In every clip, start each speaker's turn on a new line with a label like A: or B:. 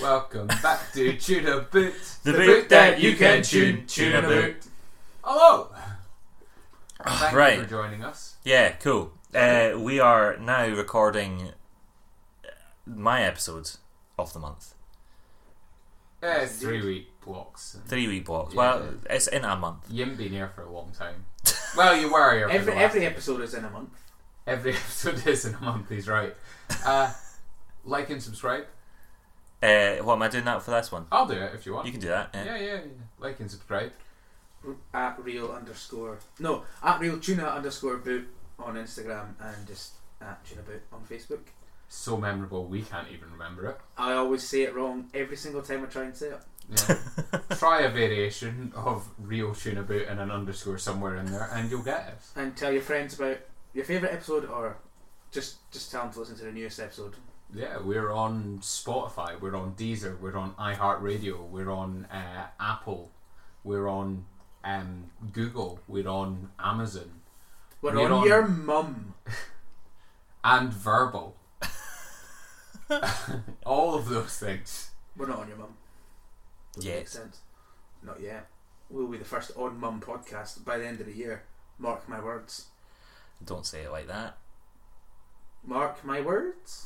A: Welcome back to Tuna Boot.
B: The boot that you can tune, tune a boot.
A: Hello. Thank
B: Ah, right.
A: you for joining us.
B: Yeah, cool. Uh, we are now recording my episodes of the month.
A: Yeah, it's three week blocks.
B: Three week blocks.
A: Yeah.
B: Well, it's in a month.
A: You haven't been here for a long time. Well, you were here. For
C: Every
A: the last-
C: every episode is in a month.
A: every episode is in a month. He's right. Uh, like and subscribe.
B: Uh, what am I doing that for this one?
A: I'll do it if you want.
B: You can do that.
A: yeah,
B: Yeah.
A: yeah, yeah. Like and subscribe.
C: At real underscore no at real tuna underscore boot on Instagram and just at tuna boot on Facebook.
A: So memorable, we can't even remember it.
C: I always say it wrong every single time I try and say it.
A: Yeah. Try a variation of real tuna boot and an underscore somewhere in there, and you'll get it.
C: And tell your friends about your favourite episode or just just tell them to listen to the newest episode.
A: Yeah, we're on Spotify, we're on Deezer, we're on iHeartRadio, we're on uh, Apple, we're on um, Google, we're on Amazon,
C: We're
A: We're
C: on,
A: on-
C: your mum.
A: and Verbal. All of those things.
C: We're not on your mum. Doesn't
B: Yet.
C: make sense. Not yet. We'll be the first on mum podcast by the end of the year. Mark my words.
B: Don't say it like that.
C: Mark my words.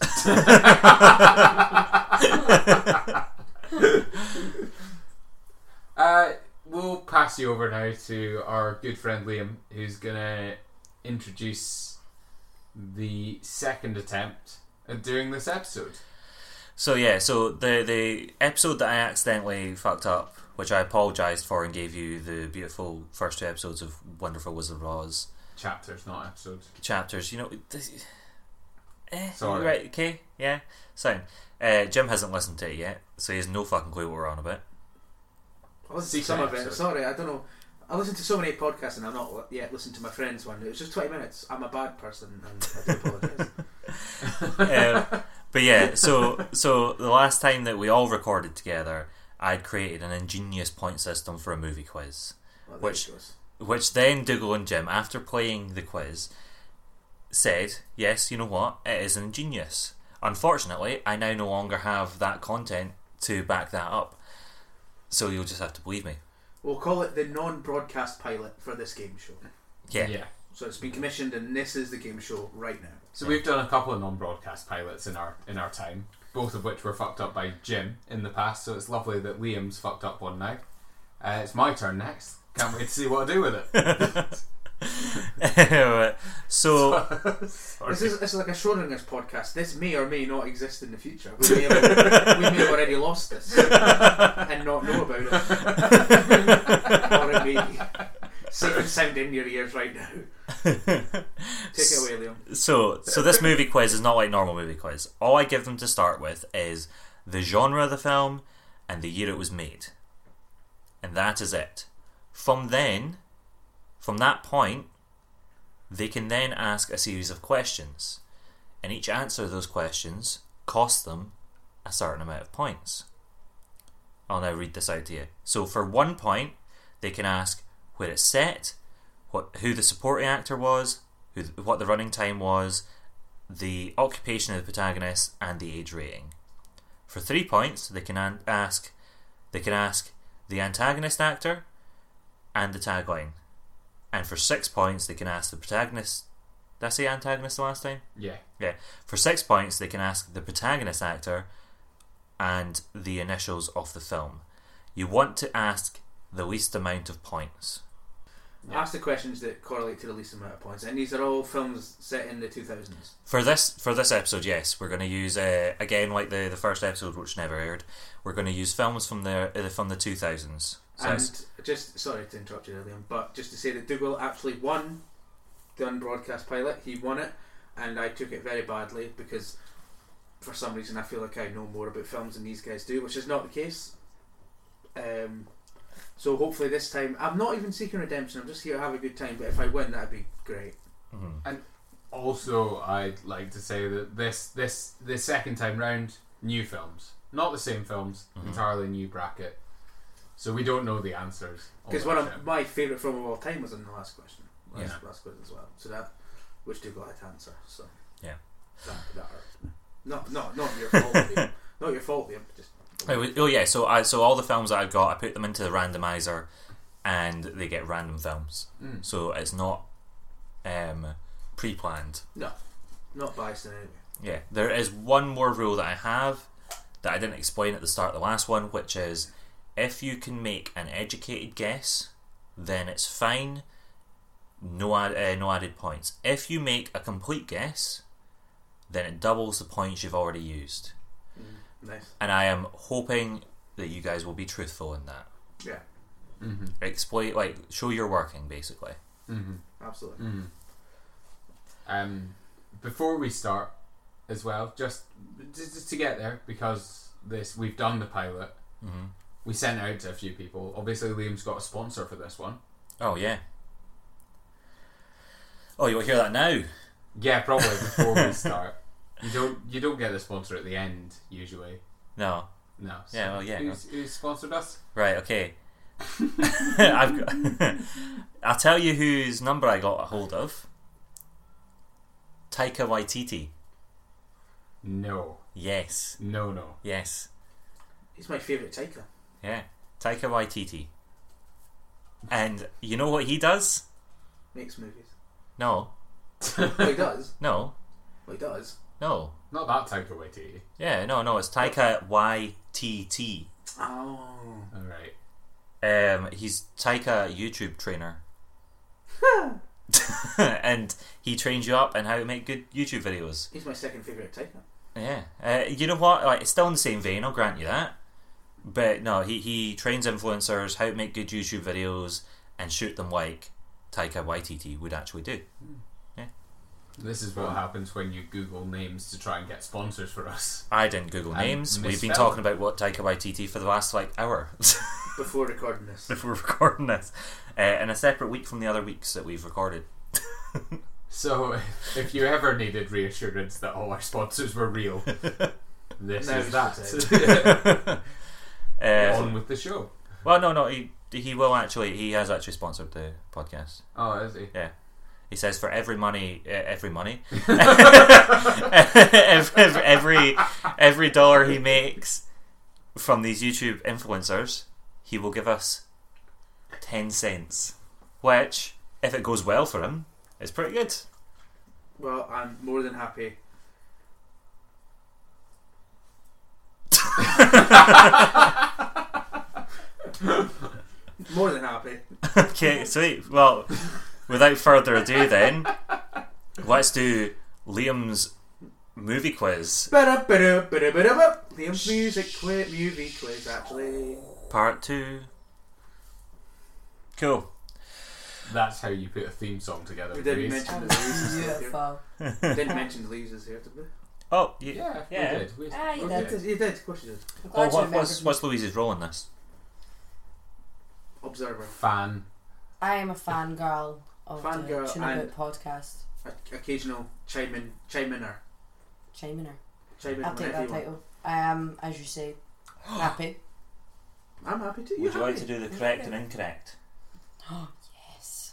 A: Uh, we'll pass you over now to our good friend Liam, who's gonna introduce the second attempt at doing this episode.
B: So yeah, so the the episode that I accidentally fucked up, which I apologised for and gave you the beautiful first two episodes of Wonderful Wizard of Oz
A: Chapters, not episodes.
B: chapters. You know, this, eh,
A: Sorry.
B: right? Okay, yeah, sound. Uh, Jim hasn't listened to it yet, so he has no fucking clue what we're on about.
C: I
A: Secret
C: listened to some of it.
A: episode.
C: Sorry, I don't know. I listen to so many podcasts and I've not li- yet listened to my friend's one. It was just 20 minutes. I'm a bad person and I do apologise.
B: Uh, but yeah, so so the last time that we all recorded together, I'd created an ingenious point system for a movie quiz,
C: Well, there
B: Which-
C: it goes.
B: which then Dougal and Jim, after playing the quiz, said, "Yes, you know what? It is ingenious." Unfortunately, I now no longer have that content to back that up, so you'll just have to believe me.
C: We'll call it the non broadcast pilot for this game show.
B: Yeah,
C: So it's been commissioned and this is the game show right now.
A: So we've done a couple of non-broadcast pilots in our in our time, both of which were fucked up by Jim in the past. So it's lovely that Liam's fucked up one now. Uh, it's my turn next. Can't wait to see what I do with it.
B: so.
C: This is it's like a Schrodinger's podcast. This may or may not exist in the future. We may have, we may have already lost this and not know about it. or it may safe and sound in your ears right now. Take it away, Liam.
B: so so this movie quiz is not like normal movie quiz. All I give them to start with is the genre of the film and the year it was made. And that is it. From then from that point they can then ask a series of questions. And each answer to those questions costs them a certain amount of points. I'll now read this out to you. So for one point, they can ask where it's set, what who the supporting actor was, who th- what the running time was, the occupation of the protagonist, and the age rating. For three points, they can an- ask they can ask the antagonist actor and the tagline. And for six points, they can ask the protagonist. Did I say antagonist the last time?
A: yeah,
B: Yeah. For six points, they can ask the protagonist actor and the initials of the film. You want to ask the least amount of points.
C: Ask the questions that correlate to the least amount of points, and these are all films set in the 2000s.
B: For this for this episode, yes, we're going to use uh, again like the, the first episode which never aired. We're going to use films from the uh, from the two thousands. So it's-
C: and just sorry to interrupt you, there, Liam, but just to say that Dougal actually won the unbroadcast pilot. He won it, and I took it very badly because for some reason I feel like I know more about films than these guys do, which is not the case. Um, so hopefully this time I'm not even seeking redemption. I'm just here to have a good time. But if I win, that'd be great.
B: mm-hmm.
A: Also, I'd like to say that this this this second time round, new films, not the same films, entirely new bracket. So we don't know the answers. on
C: Because
A: that
C: one of
A: show.
C: my favourite film of all time was in the last question. Last,
A: Oh, Yeah.
C: last question as well. So that, which Dougal had to answer. So
B: Yeah.
C: that, that hurt. Not, not, not your fault. Liam. Not your fault, Liam. Just
B: It was- oh yeah, so I so all the films that I got, I put them into the randomizer, and they get random films.
A: Mm.
B: So it's not um, pre-planned.
C: Not biased in any way.
B: Yeah, there is one more rule that I have that I didn't explain at the start of the last one, which is if you can make an educated guess, then it's fine. No, ad- uh, no added points. If you make a complete guess, then it doubles the points you've already used.
C: Nice.
B: And I am hoping that you guys will be truthful in that.
C: Yeah,
A: hmm
B: Explain, like, show you're working, basically.
A: hmm
C: absolutely.
A: Mm. Um, before we start, as well, just, just just to get there because this we've done the pilot.
B: hmm
A: We sent it out to a few people. Obviously, Liam's got a sponsor for this one.
B: Oh yeah. Oh, you'll hear that now.
A: Yeah, probably before we start. You don't you don't get the sponsor at the end usually.
B: No.
A: No. so
B: Yeah, well, yeah,
A: Who's, who's sponsored us?
B: Right, okay. I've got, I'll tell you whose number I got a hold of. Taika Waititi.
A: No,
B: Yes,
A: no, no.
B: yes,
C: He's my favourite taker.
B: yeah. Taika Waititi. And you know what he does?
C: Makes movies.
B: No,
C: well, he does.
B: no,
C: Well, he does.
B: no.
A: Not that type of Waititi.
B: Yeah, no, no. It's Taika Waititi.
C: Oh.
A: All right.
B: Um, he's Taika YouTube trainer. and he trains you up in how to make good YouTube videos.
C: He's my second favourite taker.
B: Yeah. Uh, you know what? Like, it's still in the same vein, I'll grant you that. But no, he, he trains influencers how to make good YouTube videos and shoot them like Taika Waititi would actually do.
A: This is what happens when you Google names to try and get sponsors for us.
B: I didn't Google
A: And
B: names. We've been
A: misspelled.
B: talking about what Taika Waititi for the last like hour
C: Before recording this.
B: before recording this, uh, in a separate week from the other weeks that we've recorded.
A: So, if- if you ever needed reassurance that all our sponsors were real, this
C: Now
A: is
C: is
A: that.
B: Uh,
A: On with the show.
B: Well, no, no, he he will actually. He has actually sponsored the podcast.
A: Oh, is he?
B: He says for every money, uh, every money, every, every every dollar he makes from these YouTube influencers, he will give us ten cents, which, if it goes well for him, is pretty good.
C: Well, I'm more than happy. more than happy.
B: Okay, sweet. Well, without further ado, then let's do Liam's movie quiz
C: Ba-da, ba-da, ba-da, ba-da, ba. Liam's music quiz, movie quiz, actually.
B: part two. Cool.
A: That's how you put a theme song together.
C: We didn't
A: Reese.
C: mention the leaves. is here.
D: Beautiful.
C: We didn't mention the leaves is here, did we?
B: Oh, you,
A: Yeah,
B: Yeah.
A: we did. We,
D: Ah, you
A: we
D: did.
C: You did, of course you did.
B: oh
D: I'm glad you
B: what,
D: remembered
B: what's
D: me.
B: what's Louise's role in this?
C: Observer.
A: Fan.
D: I am a fangirl of
C: Fangirl
D: the Tune About
C: and-
D: podcast.
C: O- Occasional chime in, chime in her.
D: Chiming her.
C: Chime in
D: I'll take
C: whenever
D: that
C: you want.
D: title. I am, as you say, happy.
C: I'm happy to.
B: Would you like
C: happy?
B: to do the correct and incorrect?
D: Yes.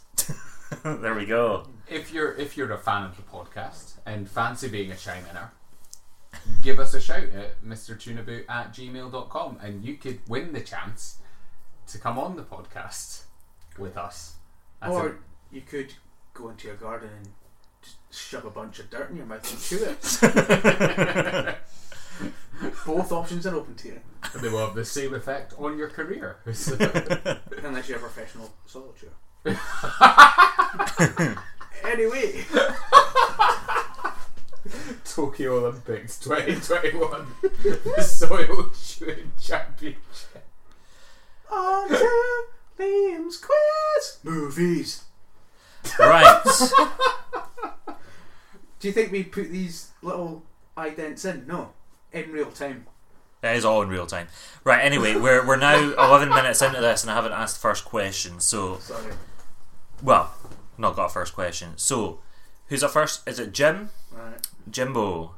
B: Oh, there we go.
A: If you're if you're a fan of the podcast and fancy being a chime inner, give us a shout at mrtunaboot at gmail.com and you could win the chance to come on the podcast with us. As
C: or
A: a-
C: you could go into your garden and just shove a bunch of dirt in your mouth and chew it. Both options are open to you,
A: they will have the same effect on your career.
C: unless you're a professional solo chewer. anyway,
A: Tokyo Olympics 2021, the soil chewing champion.
C: on to Liam's quiz movies.
B: right.
C: Do you think we put these little idents in? No, in real time.
B: That is all in real time. Right, anyway, we're, we're now 11 minutes into this and I haven't asked the first question. So,
C: Sorry,
B: well, not got a first question. So, who's up first? Is it Jim?
C: Alright.
B: Jimbo,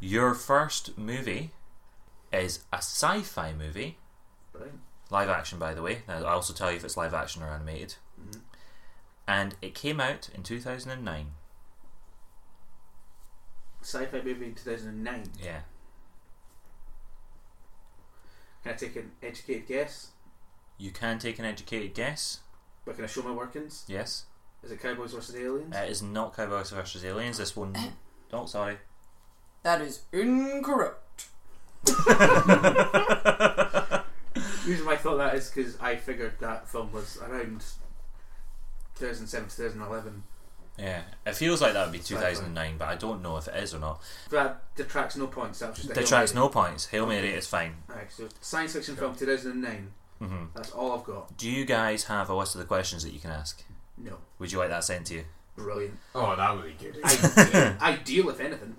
B: your first movie is a sci fi movie.
C: Brilliant.
B: Live action, by the way. Now, I'll also tell you if it's live action or animated.
C: Mhm.
B: And it came out in 2009.
C: Sci-fi movie in 2009.
B: Yeah.
C: Can I take an educated guess?
B: You can take an educated guess.
C: But can I show my workings?
B: Yes.
C: Is it Cowboys versus Aliens?
B: It is not Cowboys versus Aliens. This one. Oh, sorry.
D: That is incorrect.
C: The reason why I thought that is because I figured that film was around 2007, 2011.
B: Yeah, it feels like that would be 2009, but I don't know if it is or not.
C: That detracts no points. That was just a
B: The
C: Hail
B: track's
C: Mary.
B: no points. Hail Mary is fine.
C: Alright, so science fiction film 2009.
B: hmm
C: That's all I've got.
B: Do you guys have a list of the questions that you can ask?
C: No.
B: Would you like that sent to you?
C: Brilliant.
A: Oh, that would be good.
C: Ideal, ideal if anything.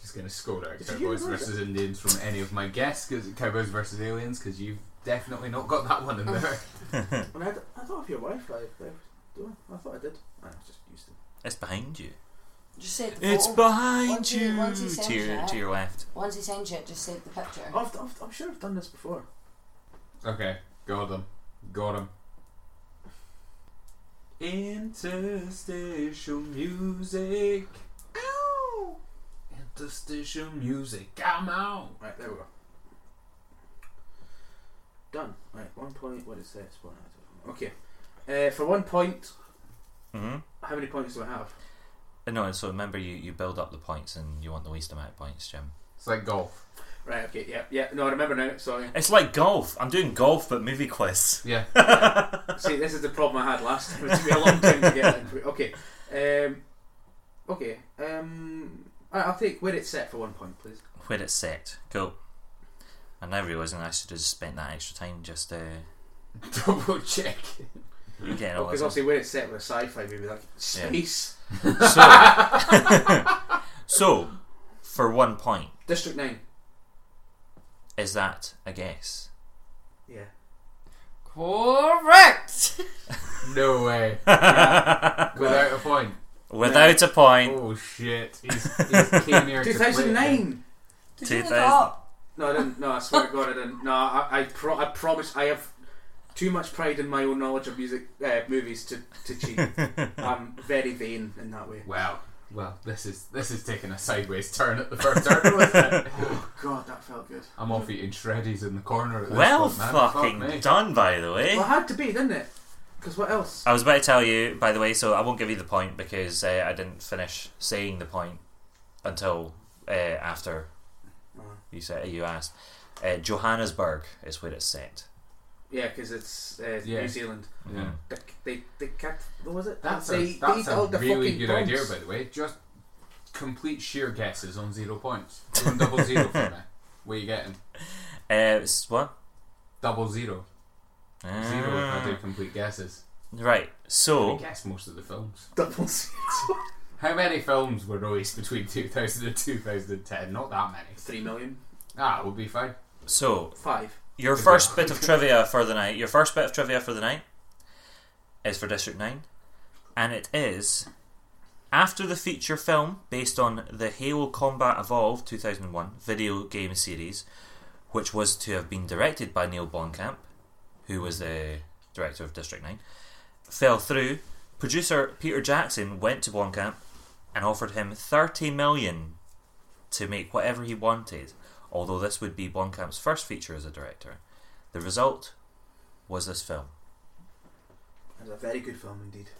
A: Just gonna score out
C: Did you
A: Cowboys
C: know that?
A: versus Indians from any of my guests, 'cause- Cowboys versus Aliens, because you've definitely not got that one in there.
C: I, mean, I, d- I thought of your wife. I, I, do I? I thought I did. I just used it.
B: It's behind you.
D: Just save the
B: It's
D: photo.
B: behind
D: Oh, Once he-
B: you.
D: once he sends
B: To your,
D: it.
B: to your left.
D: Once he sends you it, just save the picture.
C: Oh, I've, I've, I'm sure I've done this before.
A: okay, got him, got him. Interstitial music. Ow! Interstitial music. Come out.
C: Right, there we go. Done. Right, one point. What is this? One, okay. Uh, for one point,
B: hmm
C: how many points do I have?
B: Uh, No, so remember you, you build up the points and you want the least amount of points, Jim.
A: It's like golf.
C: Right, okay, yeah, yeah. No, I remember now. Sorry.
B: It's like golf. I'm doing golf, but movie quiz.
A: Yeah.
C: See, this is the problem I had last time. It took me a long time to get it. Okay. Um, okay. Um, I- I'll take where it's set for one point, please.
B: Where it's set. Cool. I'm now realising I should have just spent that extra time just uh,
A: Double check.
B: getting all
C: Because
B: this.
C: obviously, where it's set with a sci-fi movie, like space,
B: So, so, for one point,
C: District Nine.
B: is that a guess?
C: Yeah.
D: Correct.
A: No way. Without a point.
B: Without a point,
A: Oh shit. He's, he's came here to play it.
C: 2009.
D: Did you look
B: 2000.
D: up?
C: No, I didn't. No, I swear to God, I didn't. No, I, I, pro- I promise. I have too much pride in my own knowledge of music, uh, movies to to cheat. I'm very vain in that way.
A: Wow. Well, this is this is taking a sideways turn at the first turn, wasn't it?
C: Oh God, that felt good.
A: I'm off eating shreddies in the corner at this
B: well
A: point, man.
B: fucking
A: Fuck me.
B: done, by the way.
C: Well, it had to be, didn't it? Because what else?
B: I was about to tell you, by the way, so I won't give you the point because uh, I didn't finish saying the point until uh, after
C: Oh.
B: you said you asked. Uh, Johannesburg is where it's set.
C: Yeah, because it's uh,
A: Yeah.
C: New Zealand.
A: Yeah.
C: They, they, they kept. What was it?
A: That's
C: they,
A: a,
C: they
A: that's
C: eat
A: a
C: all the
A: really
C: fucking
A: good
C: bombs.
A: idea, by the way. Just complete sheer guesses on zero points. Doing double zero for me. What are you getting?
B: Uh, it's what?
A: Double zero. Zero if I do complete guesses.
B: Right.
A: I
B: So
A: guess most of the films.
C: Double zero.
A: How many films were released between 2000 and 2010? Not that many.
C: Three million.
A: Ah, we'll be fine.
B: so
C: Five.
B: your
A: Yeah.
B: first bit of trivia for the night. Your first bit of trivia for the night is for District Nine, and it is after the feature film based on the Halo Combat Evolved 2001 video game series, which was to have been directed by Neil Blomkamp, who was the director of District Nine, fell through. Producer Peter Jackson went to Blomkamp and offered him 30 million to make whatever he wanted, although this would be Blomkamp's first feature as a director. The result was this film.
C: That was a very good film indeed.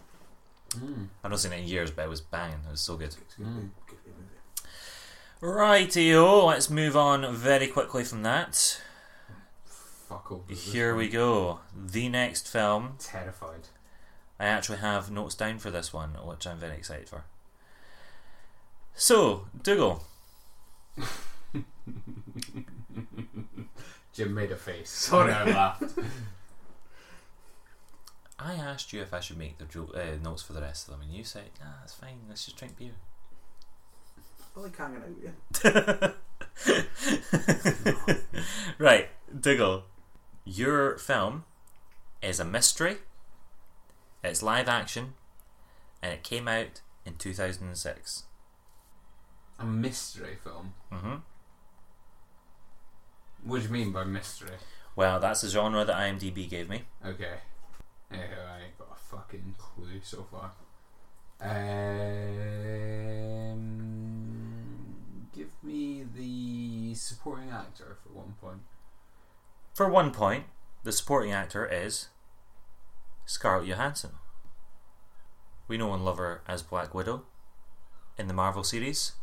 A: Mm.
B: I've not seen it in years, but it was banging. It was so good.
C: It's a good,
A: Mm.
C: good, good movie.
B: Rightio, let's move on very quickly from that.
A: Fuck all.
B: Here we go. The next film.
A: Terrified.
B: I actually have notes down for this one, which I'm very excited for. So, Dougal,
A: Jim made a face.
C: Sorry.
A: And I laughed.
B: I asked you if I should make the jo- uh, notes for the rest of them, and you said, nah, that's fine, let's just drink beer.
C: Well, like hanging out with you.
B: right, Diggle. Your film is a mystery. It's live action, and it came out in two thousand and six.
A: A mystery film.
B: Mm-hmm.
A: What do you mean by mystery?
B: Well, that's the genre that IMDb gave me.
A: Okay. Yeah, I ain't got a fucking clue so far. Um, give me the supporting actor for one point.
B: For one point, the supporting actor is Scarlett Johansson. We know and love her as Black Widow in the Marvel series.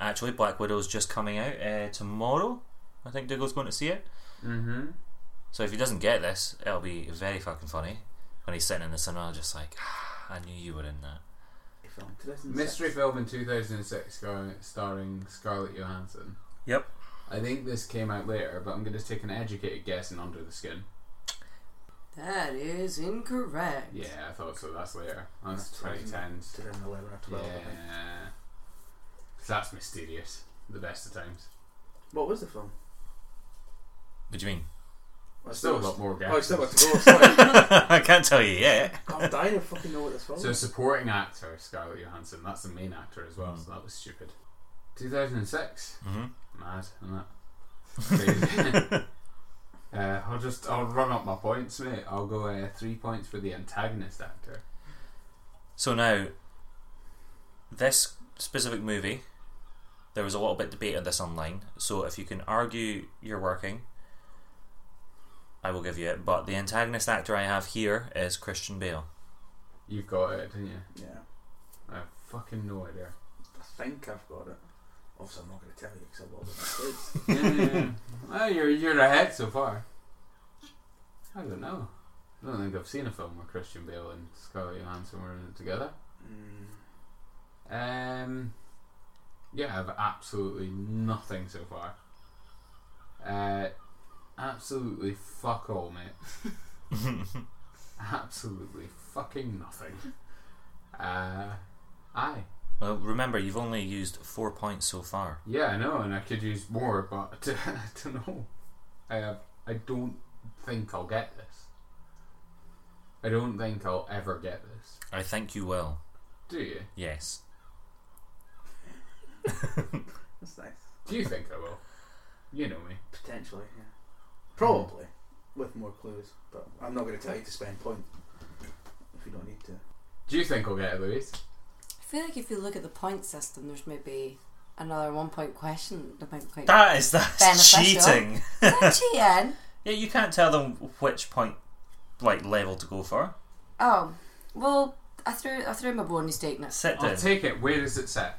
B: Actually, Black Widow is just coming out uh, tomorrow. I think Dougal's going to see it.
A: Mm-hmm.
B: So if he doesn't get this, it'll be very fucking funny when he's sitting in the cinema, just like, ah, I knew you were in that.
C: Film 2006.
A: Mystery film in 2006 going, starring Scarlett Johansson.
B: Yep.
A: I think this came out later, but I'm going to take an educated guess and Under the Skin.
D: That is incorrect.
A: Yeah, I thought so. That's later. That's
C: That's right.
A: 2010s.
C: 2011 or 12. I think.
A: Yeah. 'Cause That's mysterious. The best of times.
C: What was the film?
B: What do you mean?
C: I
A: Still a lot more
C: Oh, I still got
A: guesses.
C: to go. Sorry.
B: I can't tell you yet.
C: I'm dying to fucking know what this film
A: So
C: is.
A: supporting actor Scarlett Johansson. That's the main actor as well. So that was stupid. 2006.
B: hmm
A: Mad, isn't it? Crazy. uh, I'll just I'll run up my points, mate. I'll go uh, three points for the antagonist actor.
B: So now, this specific movie, there was a little bit debate on this online. So if you can argue you're working, I will give you it. But the antagonist actor I have here is Christian Bale.
A: You've got it, didn't you?
C: Yeah.
A: I have fucking no idea.
C: I think I've got it. Obviously, I'm not going to tell you because I wasn't kids.
A: Yeah, yeah, yeah. well, you're you're ahead so far. I don't know. I don't think I've seen a film where Christian Bale and Scarlett Johansson were in it together.
C: Mm,
A: Um, yeah, I have absolutely nothing so far. Uh, absolutely fuck all, mate. absolutely fucking nothing. Uh, aye.
B: Well, remember, you've only used four points so far.
A: Yeah, I know, and I could use more, but I don't know. I have, I don't think I'll get this. I don't think I'll ever get this.
B: I think you will.
A: Do you?
B: Yes.
C: that's nice.
A: Do you think I will? You know me.
C: Potentially, yeah. Probably. With more clues. But I'm not going to tell you to spend point if you don't need to.
A: Do you think I'll get it, Louise?
D: I feel like if you look at the point system, there's maybe another one point question that might be quite.
B: That is that's
D: Beneficial.
B: cheating.
D: Is that cheating?
B: Yeah, you can't tell them which point, like level to go for.
D: Oh, well, I threw I threw my bone steakness.
C: Oh,
B: Sit
A: I'll
B: down.
A: take it. Where is it set?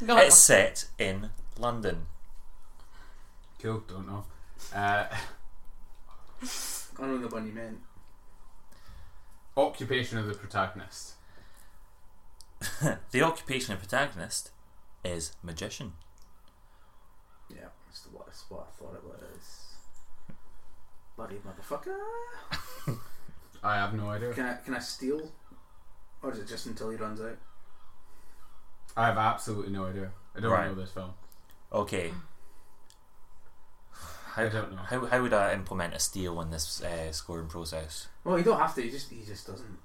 D: No,
B: it's set in London.
A: Cool, don't know. Uh,
C: I know the one you meant.
A: occupation of the protagonist.
B: The occupation of protagonist is magician.
C: Yeah, it's the- what, it's what I thought it was. Bloody motherfucker.
A: I have no idea.
C: Can I, can I steal? Or is it just until he runs out?
A: I have absolutely no idea. I don't
B: Right.
A: know this film.
B: Okay. How,
A: I don't know.
B: How, how would I implement a steal in this uh, scoring process?
C: Well, you don't have to. He just he just doesn't.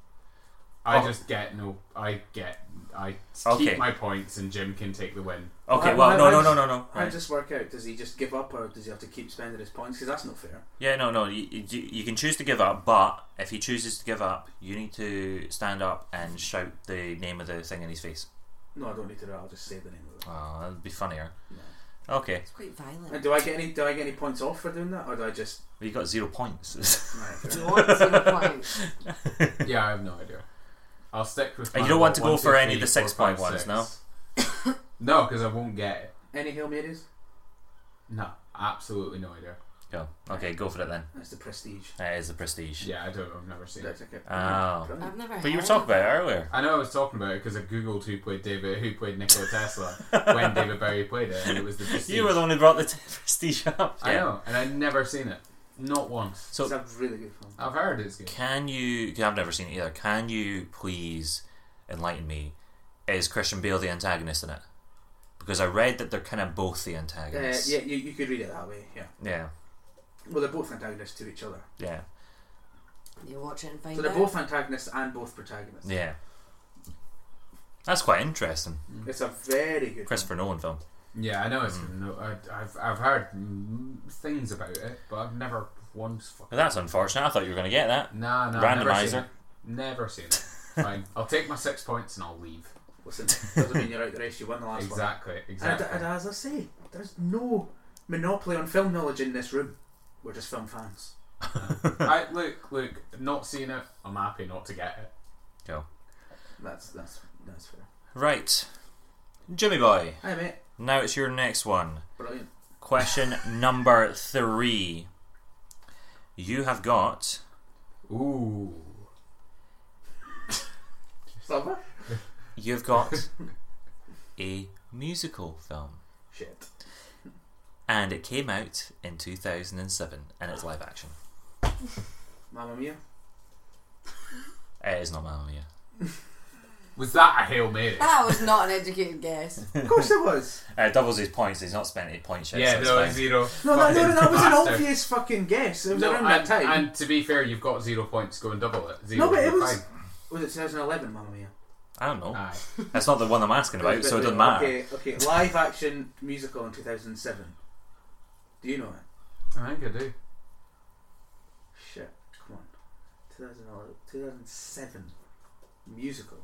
A: I
B: Oh.
A: just get no. I get. I
B: Okay.
A: keep my points, and Jim can take the win.
B: Okay,
C: I-
B: well,
C: I-
B: no,
C: I
B: no, no,
C: just-
B: no, no.
C: I
B: Right.
C: just work out. Does he just give up, or does he have to keep spending his points? Because that's not fair.
B: Yeah, no, no. You, you, you can choose to give up, but if he chooses to give up, you need to stand up and shout the name of the thing in his face.
C: No, I don't need to. do that, I'll just say the name of it.
B: Oh, that'd be funnier.
C: No.
B: Okay,
D: It's quite
C: And
D: violent.
C: do I get any? Do I get any points off for doing that, or do I just?
B: well, you got zero points.
C: Right, fair
D: Do you
C: enough.
D: want zero points?
A: yeah, I have no idea. I'll stick with.
B: And
A: my
B: you don't want to
A: one,
B: go
A: two,
B: for any of
A: three,
B: the
A: four,
B: six
A: five,
B: point ones,
A: six.
B: no?
A: No, because I won't get it.
C: any hail marys?
A: No, absolutely no idea.
B: Go. Okay, go for it then.
C: That's the prestige.
B: That is the prestige.
A: Yeah, I don't. I've never seen it.
C: That's okay.
B: Oh.
C: Brilliant.
D: I've never.
B: But you were
D: heard
B: talking
D: of
B: about it earlier.
A: I know I was talking about it because I googled who played David, who played Nikola Tesla when David Bowie played it, and it was the. Prestige.
B: You were the one who brought the prestige up.
A: I know, and I've never seen it. Not once.
B: So
C: it's a really good film.
A: I've heard it's good.
B: Can you? 'cause I've never seen it either. Can you please enlighten me? Is Christian Bale the antagonist in it? Because I read that they're kind of both the
C: Uh,
B: antagonists.
C: yeah, you, you could read it that way. Yeah.
B: yeah,
C: Well, they're both antagonists to each other.
B: yeah,
D: it. You watch it and find
C: So they're
D: out.
C: both antagonists and both protagonists.
B: yeah. That's quite interesting.
C: It's a very good.
B: Christopher Nolan film.
A: Yeah, I know it's no. I, I've I've heard mm, things about it, but I've never once. Fucking,
B: Well, that's unfortunate. I thought you were going to get that.
A: nah, nah. I've Never seen
B: Randomizer.
A: it. Never seen it. Fine, I'll take my six points and I'll leave.
C: Film. Listen, doesn't mean you're out the race. You won the last
A: exactly,
C: one. And,
A: exactly.
C: and as I say, there's no monopoly on film knowledge in this room. We're just film fans.
A: I, look, look, not seen it. I'm happy not to get it.
B: Go.
C: That's that's that's fair.
B: Right. Jimmy boy,
C: Hi mate,
B: now it's your next one.
C: brilliant.
B: Question number three. You have got
A: Ooh.
C: Summer.
B: you've got a musical film.
C: Shit.
B: And it came out in two thousand and seven and it's live action.
C: Mamma mia.
B: It is not Mamma Mia.
A: Was that a Hail Mary?
D: That was not an educated guess.
C: Of course it was.
B: Uh, doubles his points, he's not spent any points yet.
A: yeah,
B: so it's
A: no,
B: fine.
A: zero.
C: No, that,
A: Fucking
C: no, no, that was an
A: bastard.
C: obvious fucking guess. It was
A: No,
C: around
A: and,
C: that time.
A: and to be fair, you've got zero points. Go and double it. Zero.
C: no, but it
A: you're
C: was.
A: fine.
C: Was it 2011, Mamma Mia?
B: I don't know.
A: Aye.
B: That's not the one I'm asking about, so it doesn't matter.
C: Okay, okay. Live action musical in 2007. Do you know it?
A: I think I do.
C: Shit. Come on. 2011, 2007. Musical.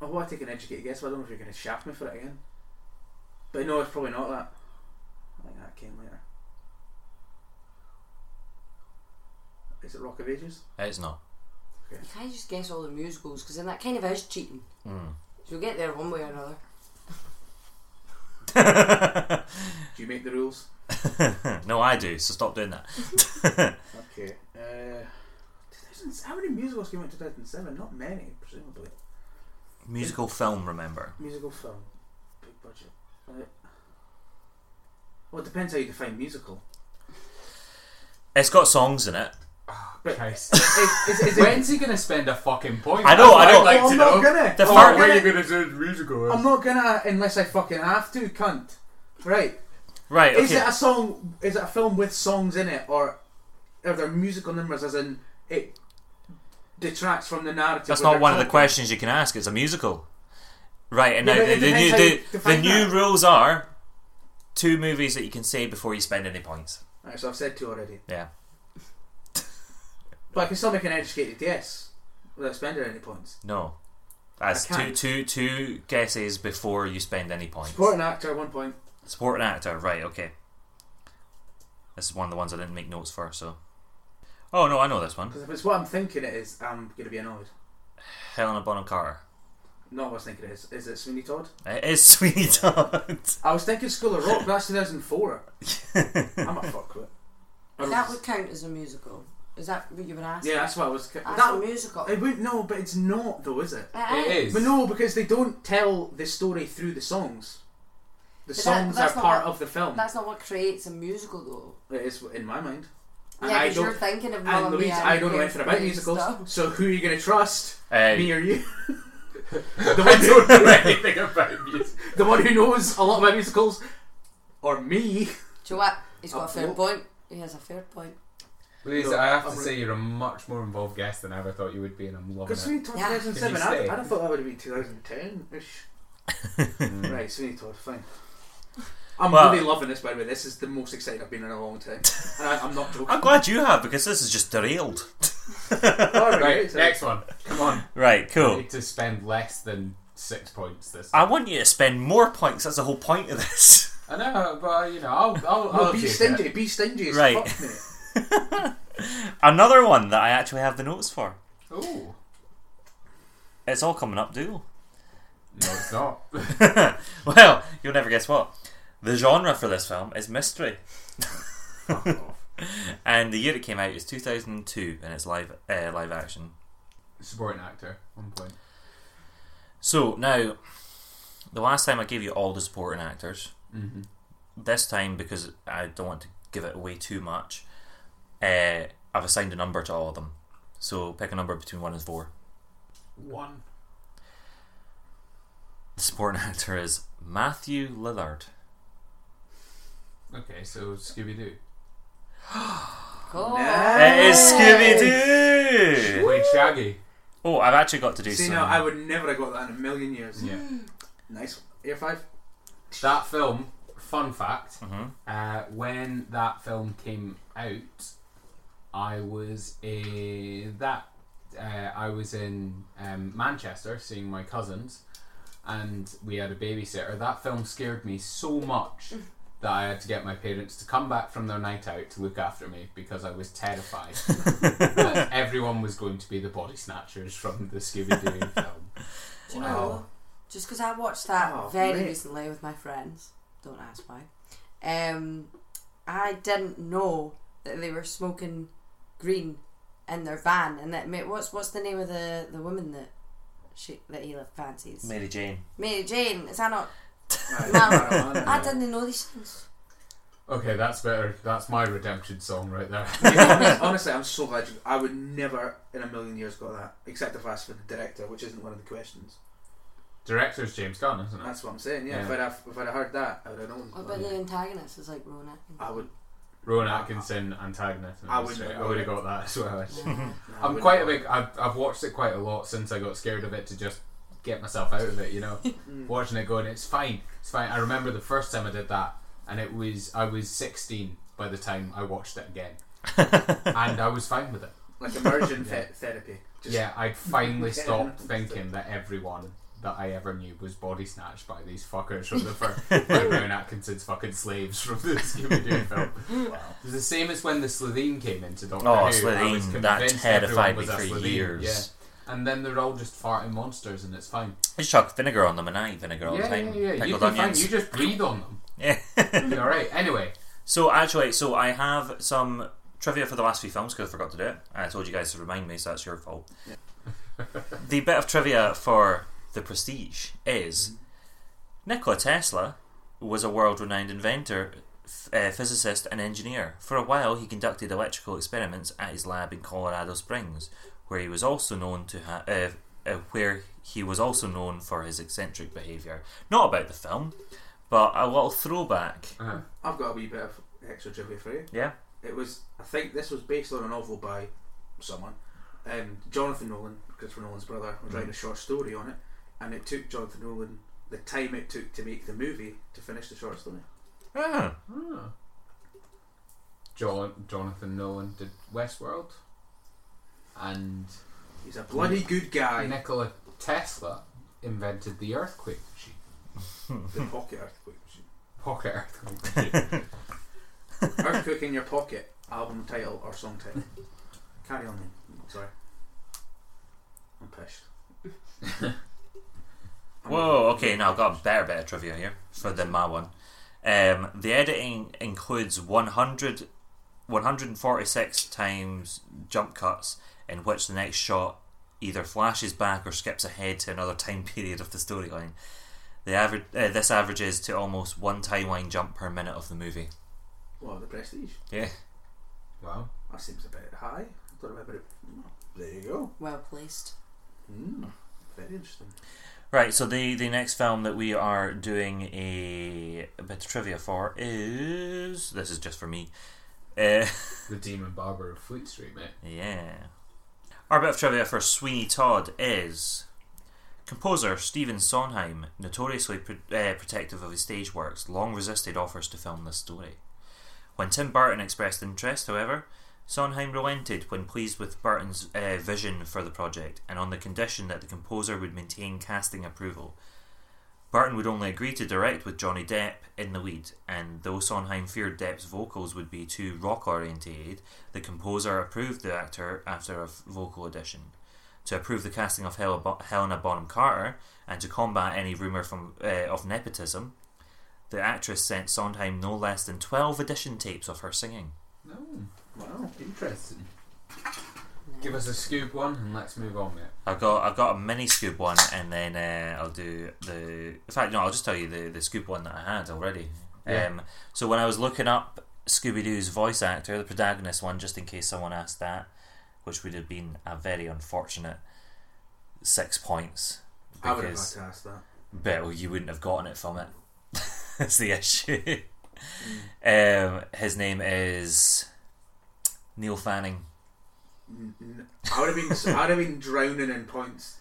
C: Oh, well, I take an educated guess, but I don't know if you're going to shaft me for it again. But no, it's probably not that. I think that came later. Is it Rock of Ages?
B: It's not.
D: You can't just guess all the musicals because then that kind of is cheating.
B: Mm.
D: So you'll get there one way or another.
C: Do you make the rules?
B: no, I do, so stop doing that.
C: Okay. Uh, 2000 how many musicals came out in 2007? Not many, presumably.
B: Musical film, remember.
C: Musical film, big budget. Uh, well, it depends how you define musical.
B: It's got songs in it.
C: But-
A: Christ.
C: Is, is, is it,
A: When's he gonna spend a fucking point?
B: I know,
A: That's what
B: I know.
A: I'd like
C: Oh,
A: to
C: I'm
A: know.
C: not gonna.
B: The
A: oh,
B: fir-
A: where are you gonna do musical?
C: I'm not gonna unless I fucking have to, cunt. Right.
B: Right, okay.
C: Is it a song? Is it a film with songs in it, or are there musical numbers? As in, it detracts from the narrative.
B: That's
C: when
B: not
C: they're
B: one of the
C: talking?
B: questions you can ask. It's a musical. Right, and
C: Yeah,
B: now
C: but
B: the,
C: it
B: the
C: depends
B: new,
C: how
B: the,
C: you
B: the
C: define
B: new
C: that.
B: rules are two movies that you can say before you spend any points.
C: Alright, so I've said two already.
B: Yeah.
C: But I can still make an educated guess without spending any points.
B: No. That's
C: I
B: two,
C: can't.
B: two, two guesses before you spend any points.
C: Supporting actor, one point.
B: Supporting actor, right, okay. This is one of the ones I didn't make notes for, so. Oh no, I know this one.
C: Because if it's what I'm thinking it is, I'm going to be annoyed.
B: Helena Bonham Carter.
C: Not what I was thinking it is. Is it Sweeney Todd?
B: It is Sweeney Todd.
C: I was thinking School of Rock, but that's 2004. I'm a fuckwit. I was-
D: That would count as a musical. Is that what you were asking?
C: yeah, that's what I was. That,
D: That's a musical.
C: I wouldn't know, but it's not though, is it?
D: Aye.
A: It is.
C: But no, because they don't tell the story through the songs. The
D: that-
C: songs
D: that's
C: are
D: not
C: part
D: what-
C: of the film.
D: That's not what creates a musical, though.
C: It is in my mind. And
D: Yeah,
C: I
D: because
C: don't.
D: you're thinking of Mamma
C: And Louise,
D: Mia
C: I don't know
D: you're
C: anything about
D: doing
C: musicals,
D: stuff.
C: so who are you going to trust? Me
B: Hey,
C: or you?
A: I
C: the one who
A: don't know anything about music.
C: the one who knows a lot about musicals, or me.
D: Do you know what? He's got a fair
C: Nope.
D: point. He has a fair point.
A: Louise,
C: No,
A: I have to
C: I'm-
A: say you're a much more involved guest than I ever thought you would be, and I'm loving
C: Because
A: it.
C: Sweeney Todd
D: Yeah.
C: 2007,
A: Did you
C: I,
A: say?
C: I don't thought that would have been 2010 ish. right, Sweeney Todd, fine. I'm
B: Well-
C: really loving this, by the way. This is the most excited I've been in a long time. And I, I'm not joking.
B: I'm glad you have because this is just derailed.
C: Alright,
A: Right,
C: so-
A: next one. Come on. I
B: Right, cool.
A: need to spend less than six points this.
B: I
A: Time.
B: want you to spend more points. That's the whole point of this.
A: I know, but you know, I'll, I'll,
C: No,
A: I'll
C: be
A: take
C: stingy,
A: it.
C: be stingy as
B: Right.
C: fuck, mate.
B: Another one that I actually have the notes for.
A: Ooh,
B: It's all coming up,
A: no,
B: dual.
A: it's not.
B: well, you'll never guess what. The genre for this film is mystery,
A: Fuck off.
B: and the year it came out is 2002, and it's live uh, live action.
A: Supporting actor, one point.
B: So now, the last time I gave you all the supporting actors.
A: Mm-hmm.
B: This time, because I don't want to give it away too much, uh, I've assigned a number to all of them. So pick a number between one and four.
A: One.
B: The supporting actor is Matthew Lillard.
A: Okay, so Scooby Doo.
D: Cool.
C: Nah.
B: It is Scooby Doo.
A: Played Shaggy.
B: Oh, I've actually got to do
C: See,
B: some.
C: no, I would never have got that in a million years.
A: Yeah.
C: Nice. Air 5?
A: That film, fun fact,
B: Mhm.
A: uh, when that film came out, I was a that uh, I was in um, Manchester seeing my cousins, and we had a babysitter. That film scared me so much that I had to get my parents to come back from their night out to look after me because I was terrified that everyone was going to be the body snatchers from the Scooby Doo film.
D: Do you know? Just because I watched that
C: Oh,
D: very
C: mate.
D: recently with my friends, don't ask why. Um, I didn't know that they were smoking green in their van, and that mate, what's what's the name of the the woman that she that he left fancies? Mary,
B: Mary Jane.
D: Jane. Is that not?
C: Aye,
D: Mum,
C: marijuana.
D: I didn't know these things.
A: Okay, that's better. That's my redemption song right there.
C: Yeah, Honestly, I'm so glad you. I would never in a million years got that, except if I asked for the director, which isn't one of the questions.
A: Director's James Gunn, isn't it?
C: That's what I'm saying. Yeah, If,
A: Yeah.
C: I'd have, if I'd have heard that, I would have known.
D: What about the antagonist? Is like Rowan Atkinson.
C: Oh, I would.
A: Rowan Atkinson antagonist.
C: I wouldn't
A: straight. I
C: have got
A: would have
C: it.
A: got that as well. actually.
D: Yeah.
C: I
A: I'm
C: wouldn't
A: quite a
C: have
A: big. I've, I've watched it quite a lot since I got scared of it to just get myself out of it. You know,
C: got it. Mm.
A: watching it going, it's fine, it's fine. I remember the first time I did that, and it was I was 16 by the time I watched it again, and I was fine with it.
C: Like immersion the- therapy. Just,
A: yeah, I'd finally
C: Yeah.
A: stopped thinking that everyone that I ever knew was body snatched by these fuckers from the first by Rowan Atkinson's fucking slaves from the Scooby Doo film. It's the same as when the Slitheen came into Doctor
B: Oh,
A: Who. I was
B: Slitheen. That
A: convinced
B: terrified me
A: everyone
B: for
A: was a Slytherin,
B: years.
A: Yeah. And then they're all just farting monsters, and it's fine.
B: I just chuck vinegar on them and I eat vinegar all the
A: yeah,
B: time.
A: yeah, yeah. You'd
B: Pickled
A: be fine.
B: onions.
A: You just breathe on them.
B: Yeah.
A: You'd be all right. Anyway,
B: So actually, so I have some trivia for the last few films because I forgot to do it. I told you guys to remind me, so that's your fault. the bit of trivia for the Prestige is Nikola Tesla was a world-renowned inventor, f- uh, physicist, and engineer. For a while, he conducted electrical experiments at his lab in Colorado Springs, where he was also known to ha- uh, uh, where he was also known for his eccentric behavior. Not about the film, but a little throwback.
A: uh,
C: I've got a wee bit of extra trivia for you.
B: Yeah.
C: It was. I think this was based on a novel by someone, um, Jonathan Nolan, Christopher Nolan's brother, was writing a short story on it, and it took Jonathan Nolan the time it took to make the movie to finish the short story.
B: Ah.
A: John, Jonathan Nolan did Westworld, and
C: He's a bloody good guy.
A: Nikola Tesla invented the earthquake machine,
C: the pocket earthquake machine.
A: pocket earthquake machine.
C: Earthquake in Your Pocket album title or song title. Carry on then. Sorry. I'm pissed. I'm-
B: Whoa, okay, now I've got a better bit of trivia here for the my one. Um, the editing includes 100, 146 times jump cuts in which the next shot either flashes back or skips ahead to another time period of the storyline. The average uh, this averages to almost one timeline jump per minute of the movie.
C: Wow, the prestige.
B: Yeah,
A: wow.
C: That seems a bit high. I don't remember it. There you go.
D: Well placed.
C: Mm, very interesting.
B: right. So the the next film that we are doing a, a bit of trivia for is this is just for me. Uh,
A: The Demon Barber of Fleet Street, mate.
B: Yeah. Our bit of trivia for Sweeney Todd is composer Stephen Sondheim, notoriously pro- uh, protective of his stage works, long resisted offers to film this story. When Tim Burton expressed interest, however, Sondheim relented when pleased with Burton's uh, vision for the project and on the condition that the composer would maintain casting approval. Burton would only agree to direct with Johnny Depp in the lead, and though Sondheim feared Depp's vocals would be too rock orientated, the composer approved the actor after a f- vocal audition. To approve the casting of Hel- Bo- Helena Bonham Carter and to combat any rumour from uh, of nepotism, the actress sent Sondheim no less than 12 audition tapes of her singing.
A: No,
C: Wow.
A: interesting. Give us a scoop one and let's move on, mate.
B: I've got I've got a mini scoop one, and then uh, I'll do the. In fact, no, I'll just tell you the, the scoop one that I had already.
A: Yeah.
B: Um, so when I was looking up Scooby Doo's voice actor, the protagonist one, just in case someone asked that, which would have been a very unfortunate six points.
C: I would have had
B: Because-
C: to ask that.
B: But well, you wouldn't have gotten it from it. That's the issue.
C: Mm,
B: Um, his name is Neil Fanning.
C: N- n- I would have been. I would have been drowning in points.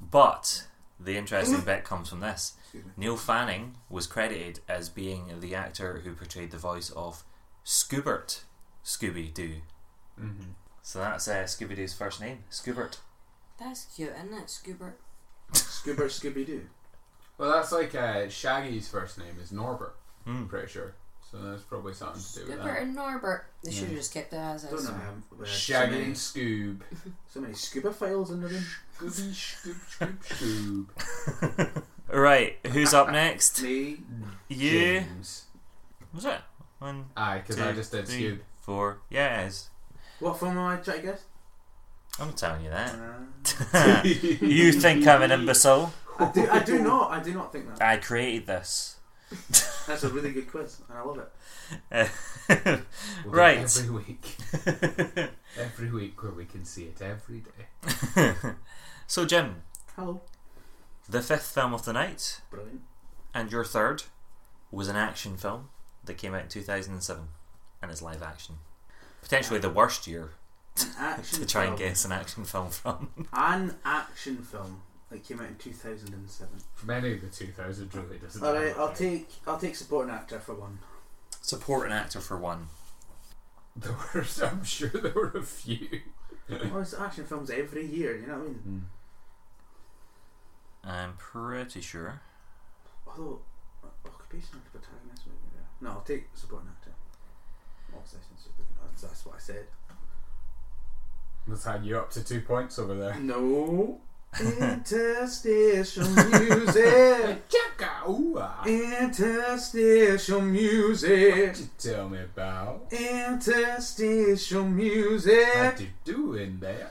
B: But the interesting bit comes from this.
C: Excuse me.
B: Neil Fanning was credited as being the actor who portrayed the voice of Scoobert Scooby Doo.
A: Mm-hmm.
B: So that's uh, Scooby Doo's first name, Scoobert.
D: That's cute, isn't it, Scoobert?
C: Scuba Scooby Doo.
A: Well, that's like uh, Shaggy's first name is Norbert.
B: Hmm.
A: I'm pretty sure. So that's probably something to do with
D: Rupert
A: that.
D: and Norbert. They
A: Yeah.
D: should have just kept it as
C: Don't
D: is.
C: know. um, uh, So
A: Shaggy
C: many,
A: and Scoob.
C: so many scuba files in the room.
A: Scooby, Scoob, Scoob, Scoob.
B: Right, who's up next?
C: Me.
B: You.
A: James.
B: Was it? One,
A: Aye, because I
B: two,
A: just did
B: three,
A: Scoob.
B: four. Yeah, it is.
C: What film am I trying to guess?
B: I'm not telling you that.
C: Uh,
B: you think I'm an imbecile?
C: I, do, I do not. I do not think that.
B: I created this.
C: That's a really good quiz, and I love it.
A: We'll do it
B: Right.
A: Every week. Every week where we can see it every day.
B: so, Jim,
C: Hello.
B: the fifth film of the night,
C: Brilliant.
B: and your third, was an action film that came out in 2007 and is live action. Potentially the worst year
C: An action
B: to try and
C: film.
B: guess an action film from.
C: An action film that came out in 2007.
A: From any of the 2000 really doesn't
C: All right,
A: matter.
C: I'll take I'll take supporting actor for one.
B: Support an actor for one.
A: There were, I'm sure there were a few.
C: Well, it's action films every year. You know what I mean?
B: I'm pretty sure.
C: Although uh, occupational protagonist. Maybe, yeah. No, I'll take supporting actor. Obsession's just looking. That's, that's what I said.
A: Let's hand you up to two points over there.
C: No. Interstitial music.
A: Chaka-ooa.
C: Interstitial music.
A: Tell me about
C: Interstitial
A: what
C: music.
A: you doing there.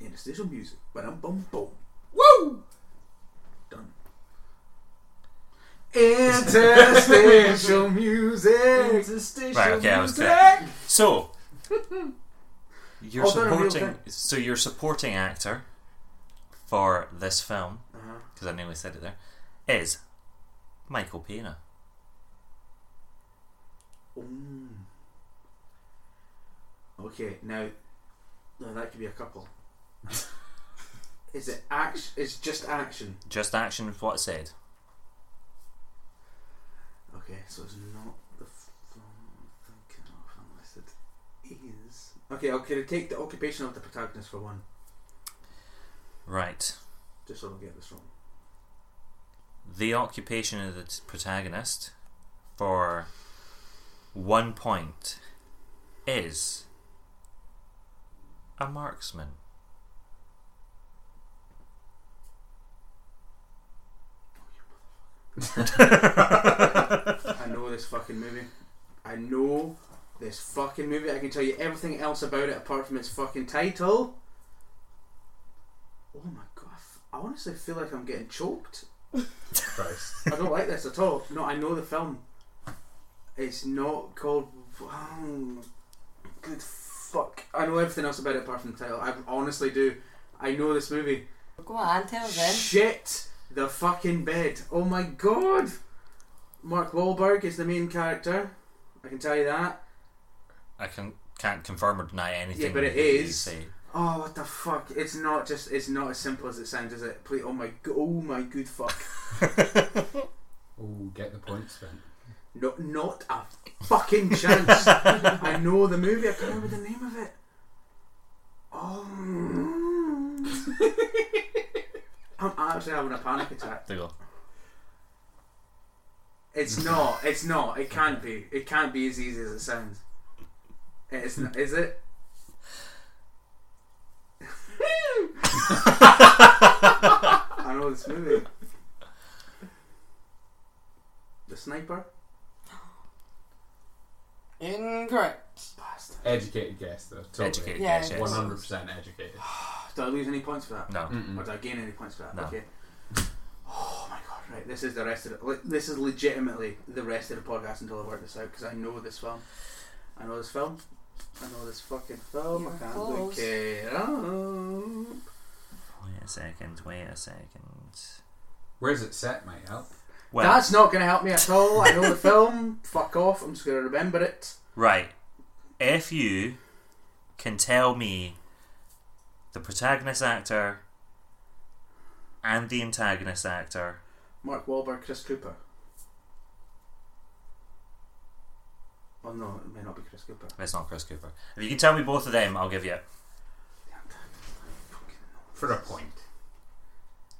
C: Interstitial music. But I'm bum bum.
A: Woo!
C: Done. Interstitial music.
A: Interstitial
B: Right, okay, I was
A: music.
B: correct. So, you're
C: Although in real
B: supporting.
C: time-
B: So you're supporting actor for this film
C: Uh-huh.
B: because I nearly said it there. Is Michael Pena?
C: Mm. Okay, now, now that could be a couple. is it action? It's just action.
B: Just action with what I said.
C: Okay, so it's not the film I'm thinking of unless it is. Okay, I'll can I take the occupation of the protagonist for one,
B: Right.
C: just so I don't get this wrong.
B: The occupation of the t- protagonist for one point is a marksman.
C: I know this fucking movie. I know this fucking movie. I can tell you everything else about it apart from its fucking title. Oh my god. I f- I honestly feel like I'm getting choked.
A: Christ.
C: I don't like this at all. No, I know the film. It's not called. Um, good fuck. I know everything else about it apart from the title. I honestly do. I know this movie.
D: Go on, tell them.
C: Shit the fucking bed. Oh my god. Mark Wahlberg is the main character. I can tell you that.
B: I can can't confirm or deny anything.
C: but it
B: that you
C: is.
B: say.
C: Oh what the fuck! It's not just. It's not as simple as it sounds, is it? Please, oh my. go- Oh my good fuck.
A: Ooh, get the points then.
C: No, not a fucking chance. I know the movie. I can't remember the name of it. Oh. Um, I'm actually having a panic attack.
B: There you go.
C: It's not. It's not. It can't be. It can't be as easy as it sounds. It's not. Is it? I know this movie. The sniper.
D: Incorrect.
C: Bastard.
A: Educated guess though. Totally.
B: Educated
D: Yeah,
B: guess, yes.
A: 100% educated.
C: Did I lose any points for that?
B: No.
C: Or
A: Mm-mm.
C: did I gain any points for that?
B: No.
C: Okay. Oh my god! Right, this is the rest of it. Like, This is legitimately the rest of the podcast until I work this out because I know this film. I know this film. I know this fucking film.
D: You
C: I
D: were
C: can't
D: close.
C: look it up.
B: Wait a second. Wait a second.
A: Where's it set might help.
B: Well,
C: That's not going to help me at all. I know the film. Fuck off. I'm just going to remember it.
B: right. If you can tell me the protagonist actor and the antagonist actor,
C: Mark Wahlberg, Chris Cooper. Oh no, it may not be Chris Cooper.
B: it's not Chris Cooper. If you can tell me both of them, I'll give you it.
A: For a point.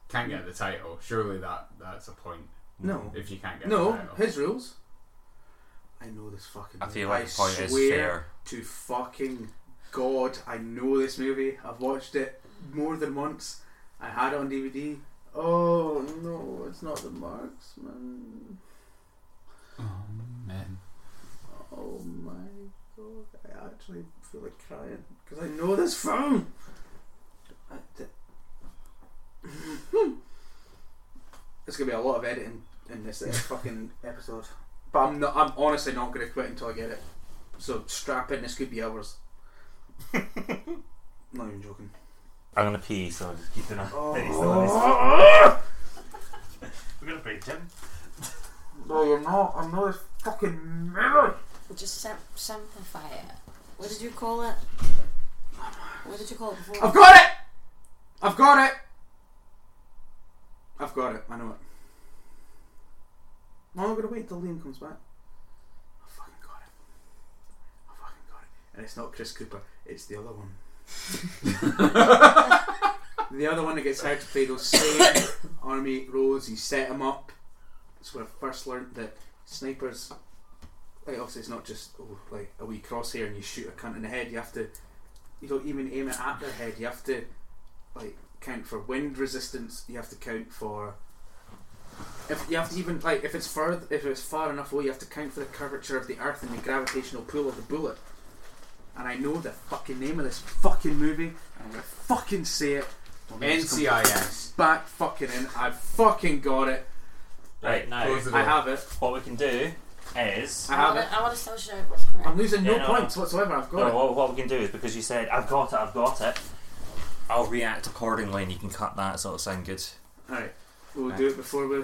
A: Can't get the title. Surely that that's a point.
C: No.
A: If you can't get
C: No,
A: the title.
C: his rules. I know this fucking.
B: I
C: movie.
B: feel like the point
C: swear
B: is fair.
C: to fucking god, I know this movie. I've watched it more than once. I had it on DVD. Oh no, it's not the marksman.
A: Oh, man.
C: Oh my god, I actually feel like crying because I know this film. I d- There's gonna be a lot of editing in this uh, fucking episode, but I'm not. I'm honestly not gonna quit until I get it. So strap in. This could be hours. not even joking.
B: I'm gonna pee, so just keep an eye.
C: Oh,
B: We're gonna break, Jim.
C: no, you're not. I'm not this fucking mirror.
D: Just sim- simplify it. What did you call it? What did you call it before?
C: I've got it. I've got it. I've got it. I know it. No, I'm gonna wait till Liam comes back. I fucking got it. I fucking got it. And it's not Chris Cooper. It's the other one. the other one that gets hired to play those same army roles. He set him up. It's where I first learnt that snipers. Like obviously, it's not just oh, like a wee crosshair and you shoot a cunt in the head. You have to you don't even aim it at their head. You have to like count for wind resistance. You have to count for if you have to even like if it's far if it's far enough away, you have to count for the curvature of the earth and the gravitational pull of the bullet. And I know the fucking name of this fucking movie, and I'm gonna fucking say it. Well, maybe it's come
A: NCIS.
C: Back fucking in. I fucking got it.
B: Right now,
A: Close the door.
C: I have it.
B: what we can do is
C: I
D: I
C: have
D: wanna-
C: it.
D: I want to still shout what's correct.
C: I'm losing no
B: Yeah, no,
C: points whatsoever. I've got
B: no.
C: it.
B: What, what we can do is because you said I've got it, I've got it. I'll react accordingly, and you can cut that, so it'll sound good.
C: All right. We'll do it before we.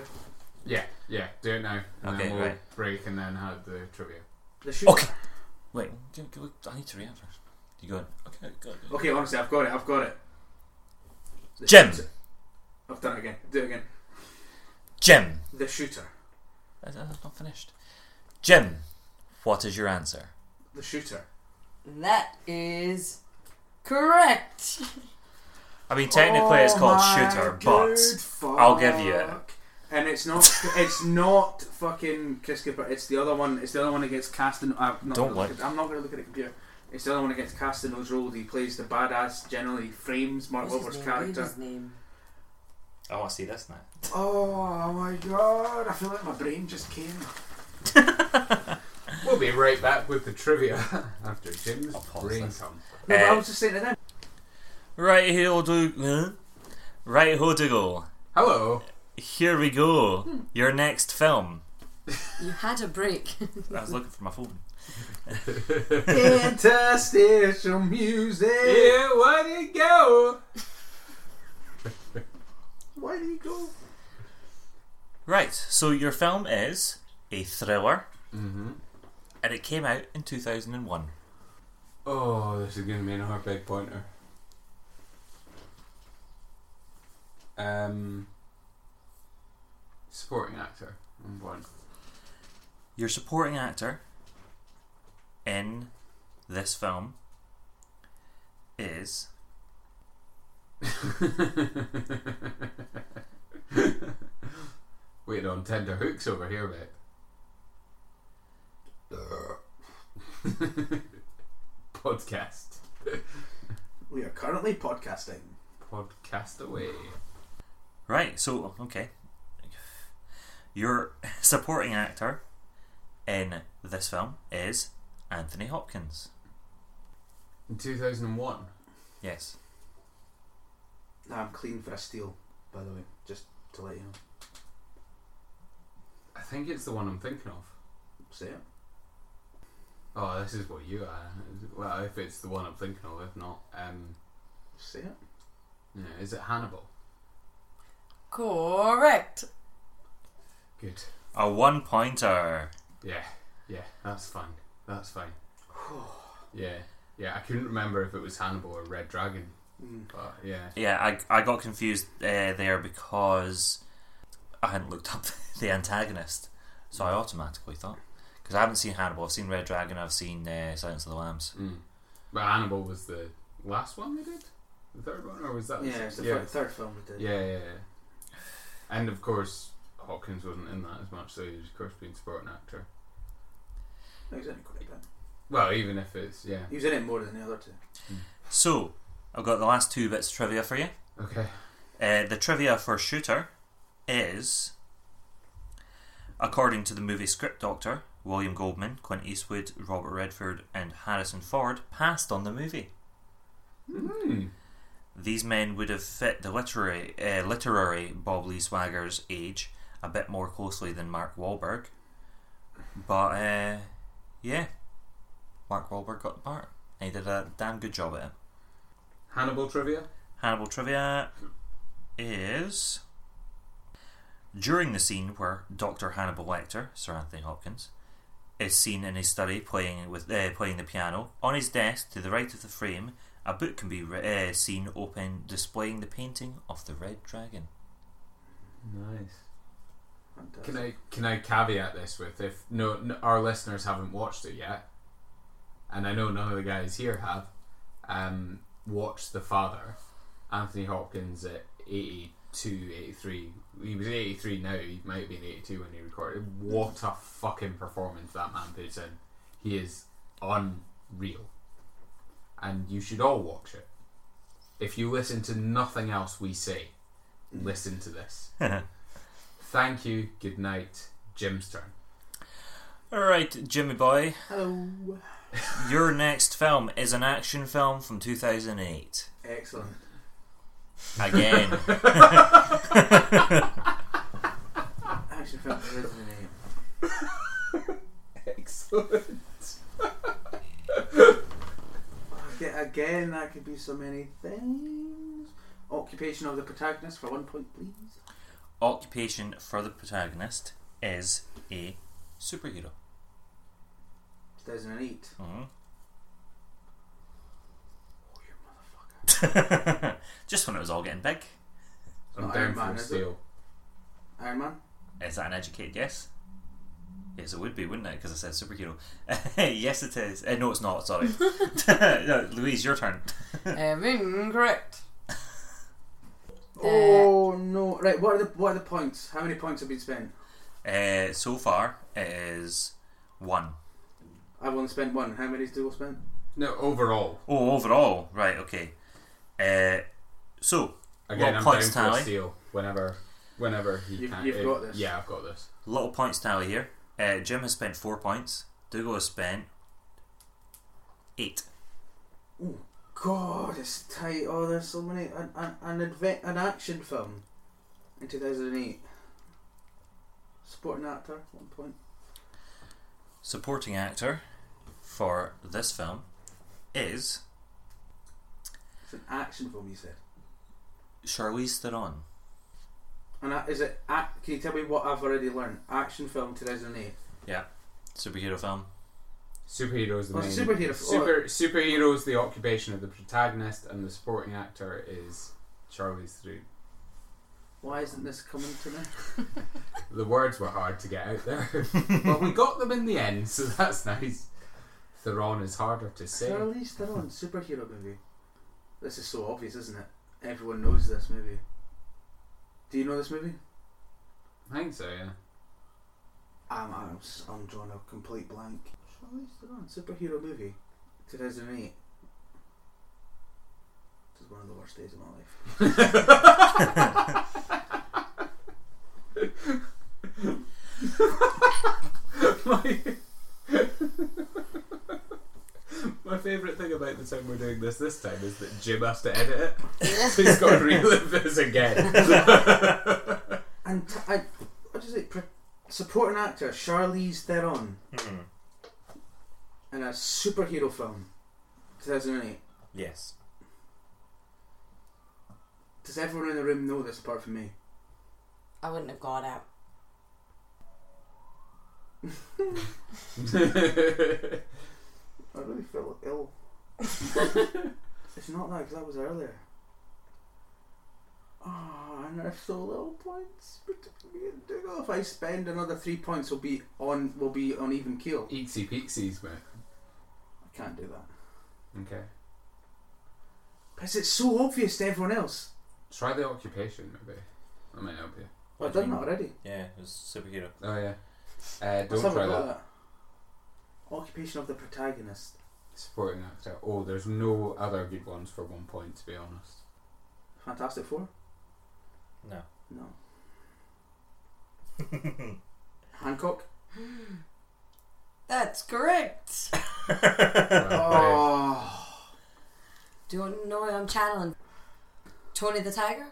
A: Yeah, yeah. Do it now. And
B: Okay,
A: then we'll
B: right.
A: break and then have the trivia.
C: The shoot.
B: Okay. Wait, can, can we, I need to react first. You go. Okay, go. go.
C: Okay, honestly, I've got it. I've got it. The
B: Jim.
C: shooter. I've done it again. Do it again.
B: Jim,
C: The shooter.
B: I, I've Uh, not finished. Jim, what is your answer?
C: The shooter.
D: That is correct.
B: I mean, technically, it's
C: Oh
B: called
C: my
B: shooter,
C: good
B: but I'll give you it.
C: fuck. And it's not. It's not fucking Chris Cooper. It's the other one. It's the other one that gets cast in. I'm not
B: Don't
C: gonna look
B: look.
C: at- I'm not going to look at the computer. It's the other one that gets cast in those roles. He plays the badass. Generally frames Mark
D: What's his
C: Wahlberg's
D: name?
C: character.
D: What's his name?
B: I want to see this now.
C: Oh my god! I feel like my brain just came.
A: We'll be right back with the trivia after Jim's
B: I'll pause
A: brain
B: this.
A: dump.
C: No, but
B: Eh.
C: I was just saying to them.
B: Right here, do huh? right ho do go.
A: Hello.
B: Here we go. Your next film.
D: You had a break.
B: I was looking for my phone.
C: Interstitial music.
A: Yeah, where'd it go?
C: Why do you go?
B: Right. So your film is a thriller,
A: Mm-hmm.
B: and it came out in two thousand and one.
A: Oh, this is going to be another big pointer. Um, supporting actor. Number one.
B: Your supporting actor in this film is
A: Waiting on tender hooks over here, mate. Podcast.
C: We are currently podcasting.
A: Podcast away.
B: right. So okay, your supporting actor in this film is Anthony Hopkins.
A: In 2001.
B: Yes.
C: No, I'm clean for a steal, by the way, just to let you know.
A: I think it's the one I'm thinking of.
C: Say it.
A: Oh, this is what you are. Well, if it's the one I'm thinking of, if not, um,
C: Say it.
A: yeah, is it Hannibal?
D: correct.
A: Good.
B: A one pointer.
A: Yeah, yeah, that's fine. That's fine. yeah, yeah. I couldn't remember if it was Hannibal or Red Dragon,
C: Mm.
A: but yeah.
B: Yeah, I, I got confused uh, there because I hadn't looked up the antagonist, so I automatically thought because I haven't seen Hannibal, I've seen Red Dragon, I've seen uh, Silence of the Lambs.
A: Mm. But Hannibal was the last one they did, the third one, or was that?
C: Yeah, it's the
A: yeah.
C: third, third film we did.
A: yeah, yeah, yeah. And of course, Hopkins wasn't in that as much, so he's of course been supporting actor.
C: No, Oh, he's in it quite a bit.
A: Well, even if it's yeah,
C: He was in it more than the other two.
B: So, I've got the last two bits of trivia for you.
A: okay.
B: Uh, the trivia for Shooter is, according to the movie script doctor, William Goldman, Clint Eastwood, Robert Redford, and Harrison Ford passed on the movie.
A: Hmm.
B: These men would have fit the literary, uh, literary Bob Lee Swagger's age a bit more closely than Mark Wahlberg. But, uh, yeah, Mark Wahlberg got the part. And he did a damn good job at it.
A: Hannibal trivia.
B: Hannibal trivia is during the scene where Doctor Hannibal Lecter, Sir Anthony Hopkins, is seen in his study playing with uh, playing the piano. On his desk, to the right of the frame, a book can be re- uh, seen open, displaying the painting of the Red Dragon.
A: Nice.
C: Fantastic.
A: Can I can I caveat this with if no, n our listeners haven't watched it yet, and I know none of the guys here have, um, watch The Father, Anthony Hopkins at 82, 83. He was 83 now. He might have been 82 when he recorded. What a fucking performance that man puts in. He is unreal, and you should all watch it. If you listen to nothing else we say, listen to this. Thank you. Good night. Jim's turn.
B: All right, Jimmy boy,
C: Hello.
B: your next film is an action film from 2008.
C: Excellent.
B: Again,
C: Action film for the name.
A: Excellent.
C: Aga- Again, that could be so many things. Occupation of the protagonist for one point, please.
B: occupation for the protagonist is a superhero.
C: 2008.
B: Mhm.
C: Oh, you motherfucker.
B: Just when it was all getting big.
A: I'm
C: Not
A: down
C: Iron Man,
A: for a
C: is it?
A: steal.
C: Iron Man?
B: Is that an educated guess? Yes, it would be, wouldn't it? Because I said superhero. yes, it is. Uh, no, it's not. Sorry. no, Louise, your turn.
D: um, incorrect.
C: Oh no! Right, what are the what are the points? How many points have been spent?
B: Uh, so far, it is one.
C: I've only spent one. How many do you spend?
A: No, overall.
B: Oh, overall, right? Okay. Uh, so
A: Again,
B: Well,
A: I'm down
B: points
A: for
B: tally.
A: a steal. Whenever, whenever he
C: You've-
A: can.
C: you've
A: if-
C: got this.
A: Yeah, I've got this.
B: little points tally here. Uh, Jim has spent four points. Dougal has spent eight.
C: God, it's tight. Oh, there's so many. An an an, adve- an action film in 2008. Supporting actor, one point.
B: Supporting actor for this film is
C: It's an action film, you said.
B: Charlize Theron.
C: And a- is it? A- can you tell me what I've already learned? Action film 2008.
B: Yeah, superhero film.
A: Superheroes the
C: Oh,
A: main.
C: it's a superhero.
A: Super superheroes the occupation of the protagonist, and the supporting actor is Charlie's three.
C: Why isn't this coming to me?
A: The words were hard to get out there, but we got them in the end, so that's nice. Theron is harder to say.
C: Charlize Theron superhero movie. This is so obvious, isn't it? Everyone knows this movie. Do you know this movie?
A: I think so. Yeah.
C: I'm I'm, s- I'm drawing a complete blank. Charlize Theron superhero movie, 2008. This is one of the worst days of my life.
A: my my favourite thing about the time we're doing this this time is that Jim has to edit it. so he's got to relive this again.
C: And t- I, what is it? Pre- supporting actor Charlize Theron
A: Hmm.
C: in a superhero film, 2008.
B: Yes.
C: Does everyone in the room know this apart from me?
D: I wouldn't have got out.
C: I really feel ill. it's not that 'cause that was earlier. Ah, and there's so little points between me and Dougal. If I spend another three points, will be on will be on even keel.
A: Eatsy peeksies, mate.
C: I can't do that
A: Okay.
C: because it's so obvious to everyone else.
A: Try the occupation, maybe. That might help you.
C: Well, done that already.
B: Yeah, it was superhero.
A: Oh yeah. Uh,
C: Let's
A: don't
C: have a
A: try
C: go at
A: that.
C: that. Occupation of the protagonist.
A: Supporting actor. Oh, there's no other good ones for one point, to be honest.
C: Fantastic Four?
B: No.
C: No. Hancock?
D: That's correct.
A: Well
C: Oh.
D: Do you know who I'm channeling? Tony the Tiger?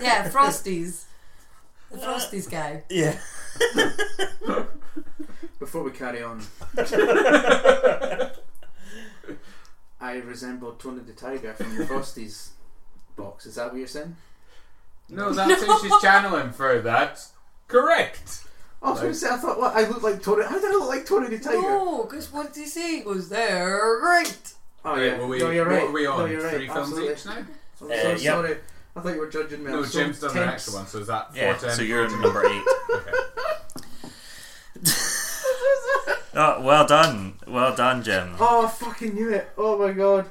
D: yeah, Frosties. The Frosties guy.
B: Yeah.
C: Before we carry on, I resemble Tony the Tiger from the Frosties box. Is that what you're saying?
A: no, that's who she's channeling for. That's correct.
C: Oh, I was going to say, I thought, what, I look like Tony. How did I look like Tony the Tiger?
D: No, because what did he say? He goes, they're great.
C: Oh,
A: Right,
C: yeah.
A: well, we-
C: no, you're
A: what
C: right.
A: are we on?
C: No, you're right.
A: Three films
C: Absolutely.
A: each now?
C: I'm
B: Uh,
C: so
B: yep.
C: sorry. I thought you were judging me.
A: No,
C: I'm so
A: Jim's done the
C: tense.
A: extra one, so is that
B: Yeah,
A: 410?
B: so you're number eight.
A: Okay.
B: Oh, well done. Well done, Jim.
C: Oh, I fucking knew it. Oh my god.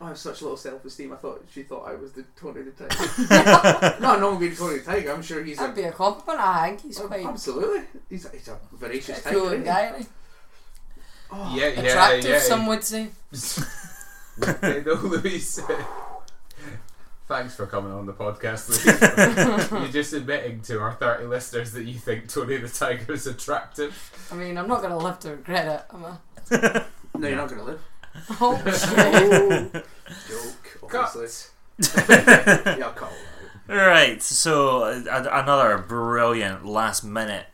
C: I have such little self esteem. I thought she thought I was the Tony the Tiger. no, no, being Tony the Tiger. I'm sure he's
D: That'd
C: a.
D: be a compliment, I think. He's
C: Oh,
D: quite a
C: absolutely. He's a, he's a voracious tiger.
D: cool
C: isn't he?
D: guy. isn't he?
C: Oh,
A: Yeah, yeah,
D: Attractive,
A: yeah.
D: some would say.
A: Hey, no, Luis. Thanks for coming on the podcast, Luis. You're just admitting to our 30 listeners that you think Tony the Tiger is attractive.
D: I mean, I'm not going to live to regret it, am I?
C: No, you're not going to live.
D: Oh,
C: Oh,
D: shit.
C: joke.
A: Cut.
C: Obviously. yeah, I'll cut all that out.
B: Right, so uh, a- another brilliant last minute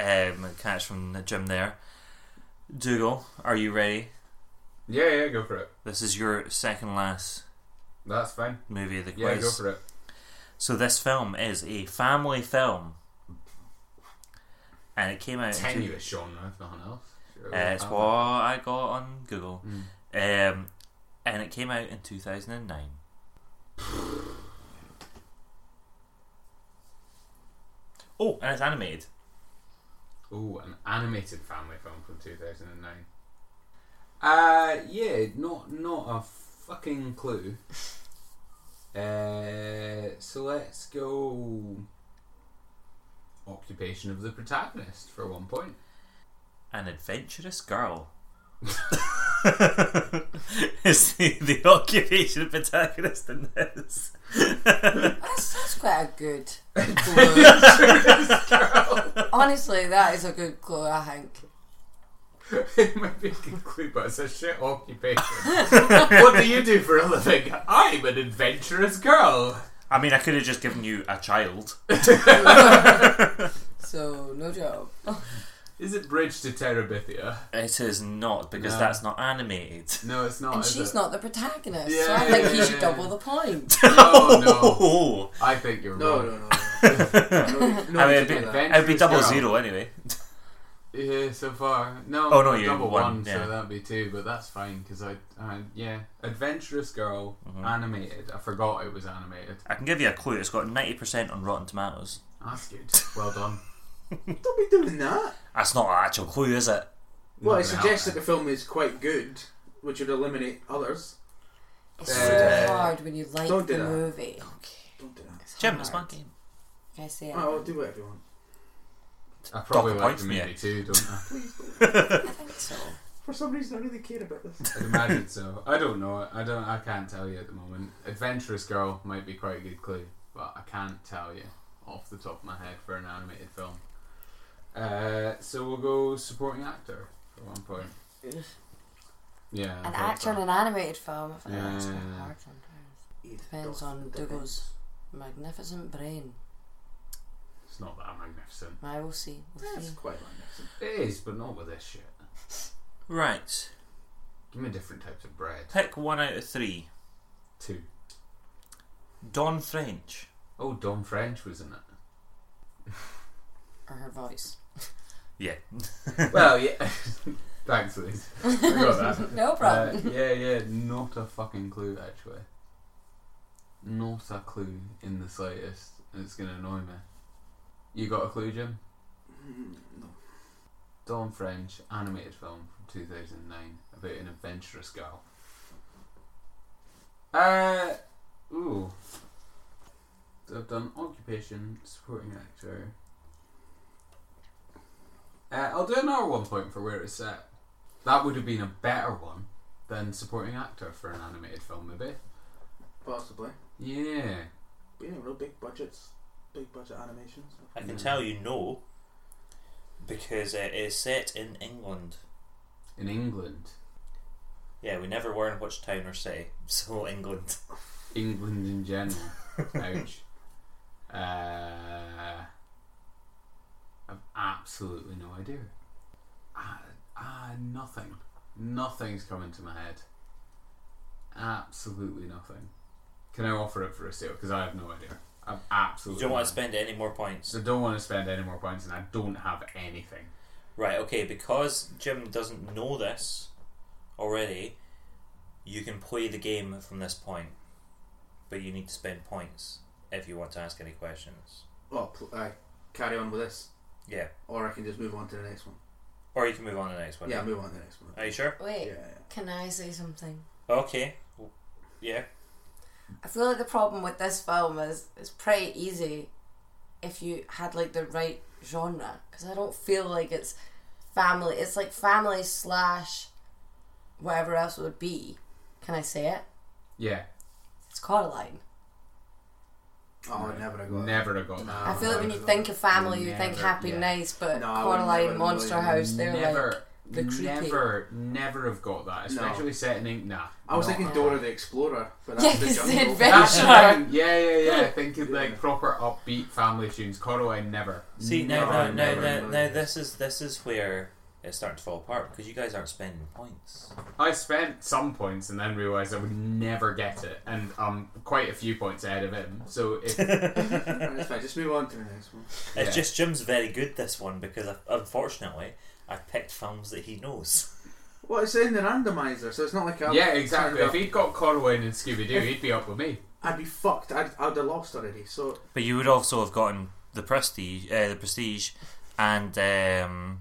B: um, catch from the gym there. Dougal, are you ready?
A: Yeah, yeah, go for it.
B: This is your second last
A: That's fine.
B: movie of the
A: Yeah,
B: quiz.
A: go for it.
B: So this film is a family film, and it came out. in two-
A: Tenuous genre, if nothing else. Sure,
B: uh, it's what
A: we'll have
B: I got on Google,
A: Mm.
B: um, and it came out in two thousand and nine. Oh, and it's animated.
A: it. Ooh, an animated family film from 2009. Uh, yeah, not not a fucking clue. Uh, so let's go. Occupation of the protagonist for one point.
B: An adventurous girl. is the, the occupation of protagonist in this?
D: That's, that's quite a good clue. Honestly, that is a good clue, I think.
A: it might be a good clue, but it's a shit occupation. what do you do for a living? I'm an adventurous girl.
B: I mean, I could have just given you a child.
D: So, no job.
A: Is it Bridge to Terabithia?
B: It is not because
A: No.
B: that's not animated.
A: No, it's not.
D: And
A: Oh, is
D: she's
A: it?
D: not the protagonist, so
A: Yeah,
D: I think
A: yeah,
D: he
A: yeah,
D: should
A: yeah.
D: double the point.
A: No, no.
B: Oh,
A: I think you're
C: No,
A: wrong.
C: no, no. No, no, no, no
B: I
C: you
B: mean, it'd
C: should do
B: be,
C: that.
A: Adventurous
B: it'd be double
A: girl.
B: zero anyway.
A: Yeah, so far. No,
B: Oh, no,
A: I'm
B: you
A: double
B: won,
A: one,
B: yeah.
A: so that'd be two, but that's fine because I, I, yeah, adventurous girl,
B: Mhm.
A: animated. I forgot it was animated.
B: I can give you a clue. It's got ninety percent on Rotten Tomatoes.
A: That's good. Well done.
C: Don't be doing that.
B: That's not an actual clue, is it?
C: Well,
A: Not
C: it
A: gonna
C: suggests that
A: help
C: the film is quite good, which would eliminate others.
D: It's
A: Uh,
D: so hard when you like
C: don't do
D: the
C: that.
D: movie.
C: Don't do that.
D: It's
B: Jim, it's my
D: hard.
B: game.
D: Can I say it?
C: Oh, do whatever you want.
A: that. I probably
B: Double
A: like
B: points
A: the
B: for you.
A: movie too, don't I?
C: Please don't.
D: I think so.
C: For some reason, I really care about this.
A: I'd imagine so. I don't know. I don't. I can't tell you at the moment. Adventurous Girl might be quite a good clue, but I can't tell you off the top of my head for an animated film. Uh, so we'll go supporting actor for one point. Yeah. I
D: An
A: thought
D: actor in
A: so.
D: an animated film. I think that's
A: Yeah.
D: quite hard sometimes. Depends on Dougal's magnificent brain.
A: It's not that magnificent.
D: I will see. We'll
C: That's
D: see.
C: quite magnificent.
A: It is, but not with this shit.
B: Right,
A: Give me different types of bread.
B: pick one out of three.
A: Two.
B: Don French.
A: Oh, Don French was in it.
D: Or her voice.
B: Yeah.
A: well, yeah. Thanks, Liz. I got that.
D: No problem.
A: Uh, yeah, yeah, not a fucking clue actually. Not a clue in the slightest. It's gonna annoy me. You got a clue, Jim?
C: Mm, no.
A: Dawn French animated film from 2009 about an adventurous girl. Uh, ooh. I've done occupation, supporting actor. Uh, I'll do another one point for where it's set. That would have been a better one than supporting actor for an animated film, maybe.
C: Possibly.
A: Yeah.
C: But you know, real big budgets, big budget animations.
B: I can
A: Mm.
B: tell you no, because it is set in England.
A: In England.
B: Yeah, we never were in which town or city, so England.
A: England in general. Ouch. Uh, I've absolutely no idea. Ah, ah, nothing. Nothing's coming to my head. Absolutely nothing. Can I offer it for a sale? Because I have no idea. I've
B: You
A: absolutely.
B: don't want
A: none.
B: to spend any more points.
A: I don't want to spend any more points, and I don't have anything.
B: Right, okay, because Jim doesn't know this already, you can play the game from this point. But you need to spend points if you want to ask any questions.
C: Well, Oh, pl- I carry on with this,
B: Yeah.
C: or I can just move on to the next one.
B: Or you can move on to the next one.
C: Yeah, move on to the next one.
B: Are you sure?
D: Wait,
C: Yeah, yeah.
D: can I say something?
B: Okay. Yeah.
D: I feel like the problem with this film is it's pretty easy if you had like the right genre because I don't feel like it's family. It's like family slash whatever else it would be. Can I say it?
A: Yeah,
D: It's Coraline.
C: Oh, never I got it.
A: never have got that.
D: I feel like when you
C: no,
D: think of family, you think
A: Oh, never,
D: Happy
A: yeah.
D: Nice, but
C: No, I would never
D: Coraline,
C: in a
D: Monster
C: million-
D: House, they're
A: never,
D: like the creepy-
A: never, never have got that. Especially set in England. Nah.
C: I was
A: not
C: thinking
A: at all.
C: Dora the Explorer, but that's
D: Yeah,
C: the
D: it's the
C: jungle.
D: adventure.
A: That's the
D: Sure.
A: thing. Yeah, yeah, yeah. Thinking
C: Yeah.
A: like proper upbeat family tunes. Coraline never.
B: See now,
A: Never,
B: now, now,
A: never.
B: now, now this is this is where it's starting to fall apart because you guys aren't spending points.
A: I spent some points and then realised I would never get it, and um, quite a few points ahead of him. So if
C: Right, that's fine. Just move on to the next one.
A: Yeah.
B: It's just Jim's very good this one because I, unfortunately I picked films that he knows.
C: Well, it's in the randomizer, so it's not like I
A: yeah, exactly.
C: turned
A: If
C: up-
A: he'd got Coraline and Scooby Doo, he'd be up with me.
C: I'd be fucked. I'd, I'd have lost already. So
B: But you would also have gotten the prestige, uh, the prestige, and um,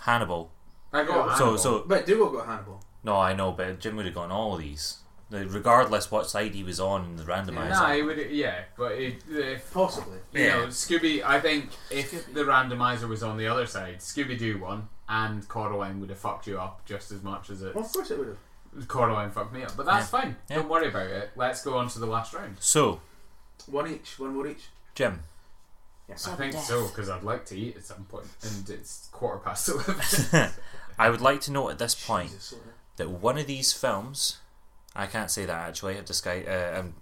B: Hannibal.
A: I got
B: So
A: Hannibal.
B: so
C: But Dougal got Hannibal.
B: no, I know, but Jim would have gotten all of these, The- regardless what side he was on in the randomizer.
A: Nah, he would. Yeah, but it, if
C: Possibly.
A: you know
B: Yeah.
A: Scooby, I think if
C: Scooby.
A: the randomizer was on the other side, Scooby Doo won, and Coraline would have fucked you up just as much as it.
C: Well, of course it would have.
A: Coraline fucked me up, but that's fine.
B: Yeah.
A: Don't worry about it. Let's go on to the last round.
B: So
C: One each, one more each.
B: Jim,
D: So
A: I think
D: death.
A: so because I'd like to eat at some point, and it's quarter past eleven.
B: I would like to note at this point
C: Jesus, sorry.
B: that one of these films, I can't say that actually. I've disguised, uh, um,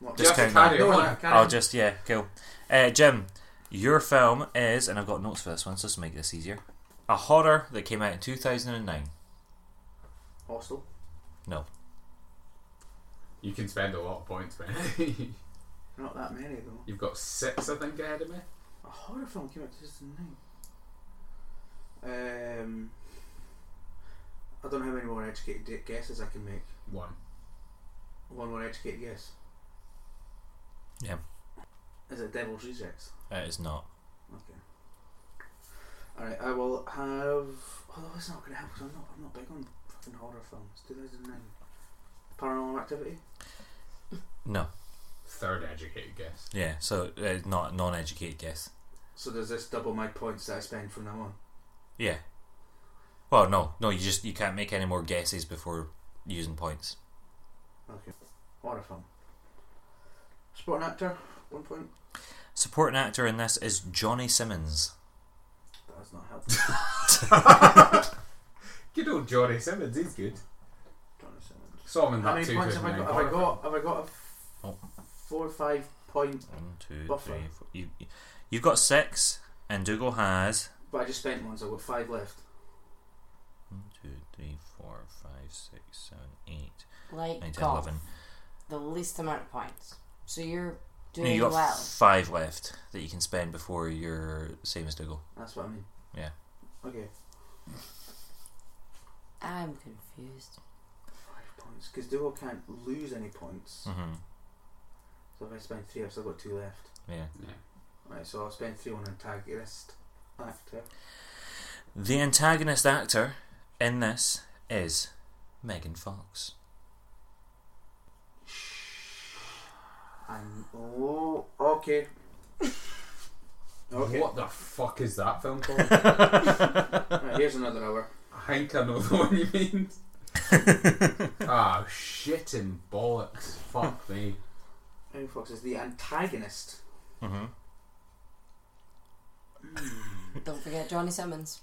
C: What?
A: Just
B: Discount
A: carry
C: No, no,
A: on.
C: carry
B: I'll
C: on.
B: just yeah, cool. Uh, Jim, your film is, and I've got notes for this one, so just to make this easier. A horror that came out in two thousand and nine.
C: Hostel.
B: No,
A: You can spend a lot of points, man.
C: Not that many though.
A: You've got six, I think, ahead of me.
C: A horror film came out in 2009. Um, I don't know how many more educated di- guesses I can make.
A: One.
C: One more educated guess.
B: Yeah.
C: Is it Devil's Rejects?
B: it is not.
C: Alright, I will have. Although it's not going to help 'cause I'm not, I'm not big on fucking horror films. 2009. Paranormal Activity?
B: No.
A: Third educated guess.
B: Yeah, so uh, not non-educated guess.
C: So does this double my points that I spend from now on?
B: Yeah. Well, no, no. You just you can't make any more guesses before using points.
C: Okay. Horror film. Supporting actor? One point?
B: Supporting actor in this is Johnny Simmons.
C: That does not helpful.
A: Good old Johnny Simmons. He's good.
C: Johnny Simmons.
A: Saw him in
C: How
A: that
C: many points have I
A: 2009
C: got? Have I
A: horror
C: got? Have I got a f-
B: Oh.
C: four or five point?
B: One, two, three,
C: Buffer.
B: four. You, you've got six, and Dougal has
C: But I just spent one, so I've got five left.
B: one, two, three, four, five, six, seven, eight,
D: Like
B: nine, ten,
D: golf,
B: eleven.
D: the least amount of points. So you're
B: No,
D: doing
B: you got
D: well.
B: five left that you can spend before you're same as Dougal.
C: That's what I mean.
B: Yeah.
C: Okay.
D: i I'm confused.
C: Five points. Because Duo can't lose any points.
B: hmm
C: So if I spend three, I've still got two left.
B: Yeah.
A: film. Yeah.
C: Right, so I'll spend three on antagonist actor.
B: The antagonist actor in this is Megan Fox.
C: And oh, okay. Okay.
A: What the fuck is that film called?
C: Right, here's another hour.
A: I think I know the one you mean. Ah, shit and bollocks. Fuck me.
C: Who Fox is the antagonist?
B: hmm
D: Don't forget Johnny Simmons.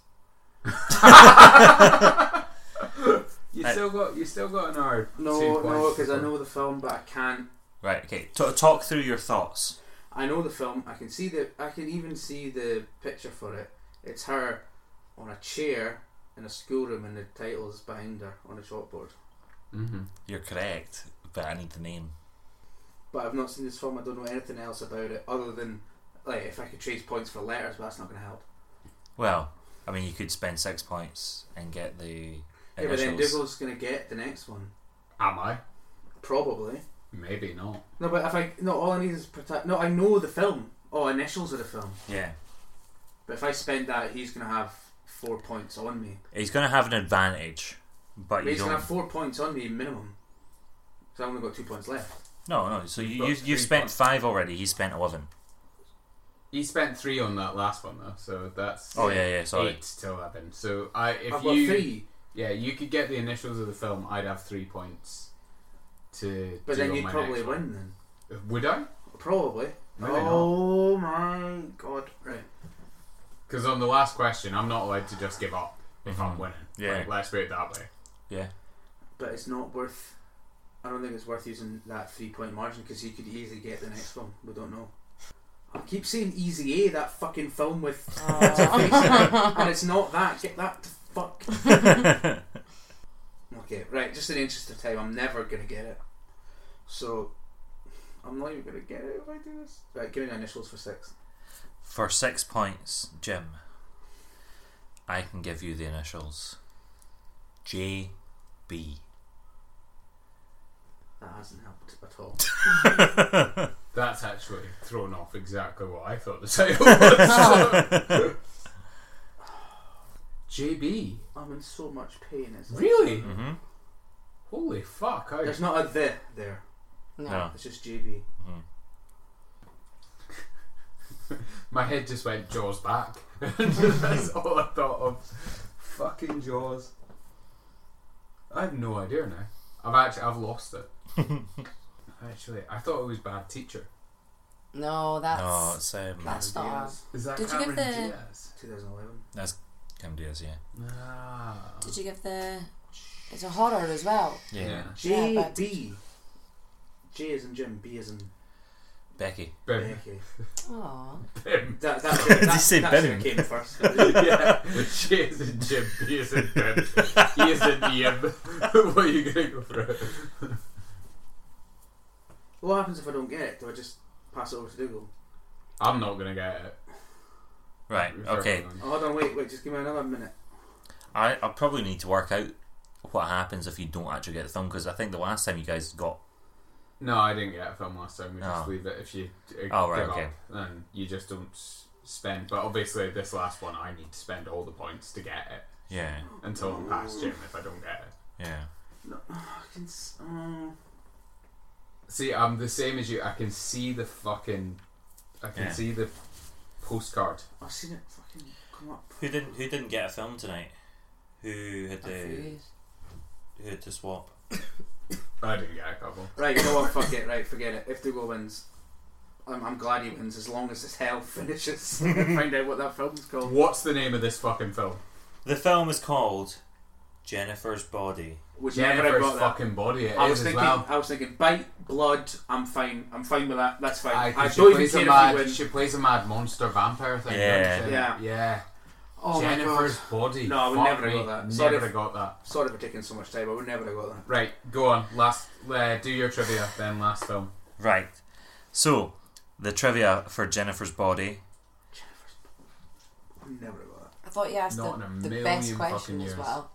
A: You
B: I-
A: still got you still got an hour.
C: No,
A: two
C: no,
A: points.
C: because I know the film, but I can't.
B: Right. Okay. T- talk through your thoughts.
C: I know the film. I can see the. I can even see the picture for it. It's her on a chair in a schoolroom, and the title's behind her on a chalkboard.
A: Mhm.
B: You're correct, but I need the name.
C: But I've not seen this film. I don't know anything else about it other than like if I could chase points for letters, but that's not going to help.
B: Well, I mean, you could spend six points and get the
C: Yeah, but then
B: initials.
C: Dougal's going to get the next one
A: Am I?
C: probably.
A: Maybe not.
C: No, but if I no, all I need is protect. No, I know the film. Oh, initials of the film.
B: yeah.
C: But if I spend that, he's going to have four points on me.
B: He's going to have an advantage, but
C: But
B: you
C: he's
B: don't.
C: going to have four points on me minimum. So I've only got two points left.
B: No, no. So you,
A: got
B: you've,
A: three
B: you've spent
A: points.
B: five already. He spent eleven.
A: You spent three on that last one though, so that's
B: Oh yeah, yeah. Sorry.
A: eight to eleven. So I if
C: I've
A: you
C: got three,
A: yeah you could get the initials of the film, I'd have three points. To
C: but
A: do
C: then
A: on
C: you'd
A: my
C: probably
A: next one.
C: win then.
A: Would I?
C: Probably.
A: Maybe
C: oh my god! Right.
A: Because on the last question, I'm not allowed to just give up if I'm
B: Mhm.
A: winning.
B: Yeah.
A: Like, let's put it that way.
B: Yeah.
C: But it's not worth. I don't think it's worth using that three point margin because he could easily get the next one. We don't know. I keep saying Easy A, that fucking film with. and it's not that. Get that to fuck. Okay, right, just in the interest of time, I'm never gonna get it. So I'm not even gonna get it if I do this. Right, give me the initials for six.
B: For six points, Jim, I can give you the initials. J. B.
C: That hasn't helped at all.
A: That's actually thrown off exactly what I thought the title was. JB.
C: I'm in so much pain. It's like,
A: Really?
B: Mm-hmm.
A: Holy fuck. I,
C: There's not a the there.
D: No.
B: No.
C: It's just JB.
A: my head just went Jaws back. That's all I thought of. Fucking Jaws. I have no idea now. I've actually I've lost it. actually, I thought it was Bad Teacher.
D: No, that's
B: No, it's um,
D: That's
C: Cameron
D: not-
C: Diaz,
A: Is that
D: Did you
A: Cameron
D: give the-
A: Diaz?
C: 2011.
B: Kim Diaz. Yeah.
A: Ah.
D: Did you give the? It's a horror as well.
B: yeah.
D: Yeah, but-
C: JB. J is in Jim, B is in
B: Becky.
A: Bim.
C: Becky.
D: Aw.
A: Bim.
C: That, that, that,
B: you
C: that,
B: say
C: that should
B: Ben?
C: have came first.
A: yeah, she is in Jim, he is in Bim, he is in Ian. what are you going to go for?
C: what happens if I don't get it? Do I just pass it over to Dougal?
A: I'm not going to get it.
B: Right. Okay.
C: Oh, hold on, wait, wait, just give me another minute.
B: I I probably need to work out what happens if you don't actually get the film because I think the last time you guys got
A: No, I didn't get a film last time. We just
B: Oh.
A: leave it if you uh,
B: Oh, right,
A: give
B: okay.
A: up, then you just don't s- spend. But obviously, this last one, I need to spend all the points to get it
B: yeah
A: until I'm past Jim if I don't get it.
B: yeah
C: Fucking s- oh.
A: See, I'm the same as you. I can see the fucking, I can
B: Yeah.
A: see the postcard.
C: I've seen it fucking come up.
B: who didn't who didn't get a film tonight who had
D: Jeez.
B: who had to swap
A: I didn't get a couple.
C: Right, you know what? Fuck it. Right, forget it. If Dougal wins, I'm, I'm glad he wins as long as his hell finishes. Find out what that film's called.
A: What's the name of this fucking film?
B: the film is called Jennifer's Body
C: Which never I
A: Jennifer's
C: brought that.
A: fucking body. It is
C: I was
A: as
C: thinking.
A: well.
C: I was thinking. Bite blood. I'm fine. I'm fine with that. That's fine.
A: Aye,
C: I,
A: 'cause she
C: don't even
A: plays a
C: care
A: mad.
C: if he
A: She
C: wins.
A: plays a mad monster vampire thing.
B: Yeah.
A: doesn't she?
C: Yeah.
A: yeah.
C: Oh
A: Jennifer's
C: my god.
A: body.
C: No, I would
A: Fuck
C: never have
A: me.
C: got that.
A: Never
C: Sorry
A: have
C: if-
A: got that.
C: Sorry for taking so much time. I would never have got that.
A: Right, go on. Last, uh, do your trivia then. Last film.
B: right so the trivia for Jennifer's Body
C: I would never have got
D: I thought you asked
A: Not in a
D: the, the
A: million
D: best
A: fucking
D: question as
A: years.
D: well.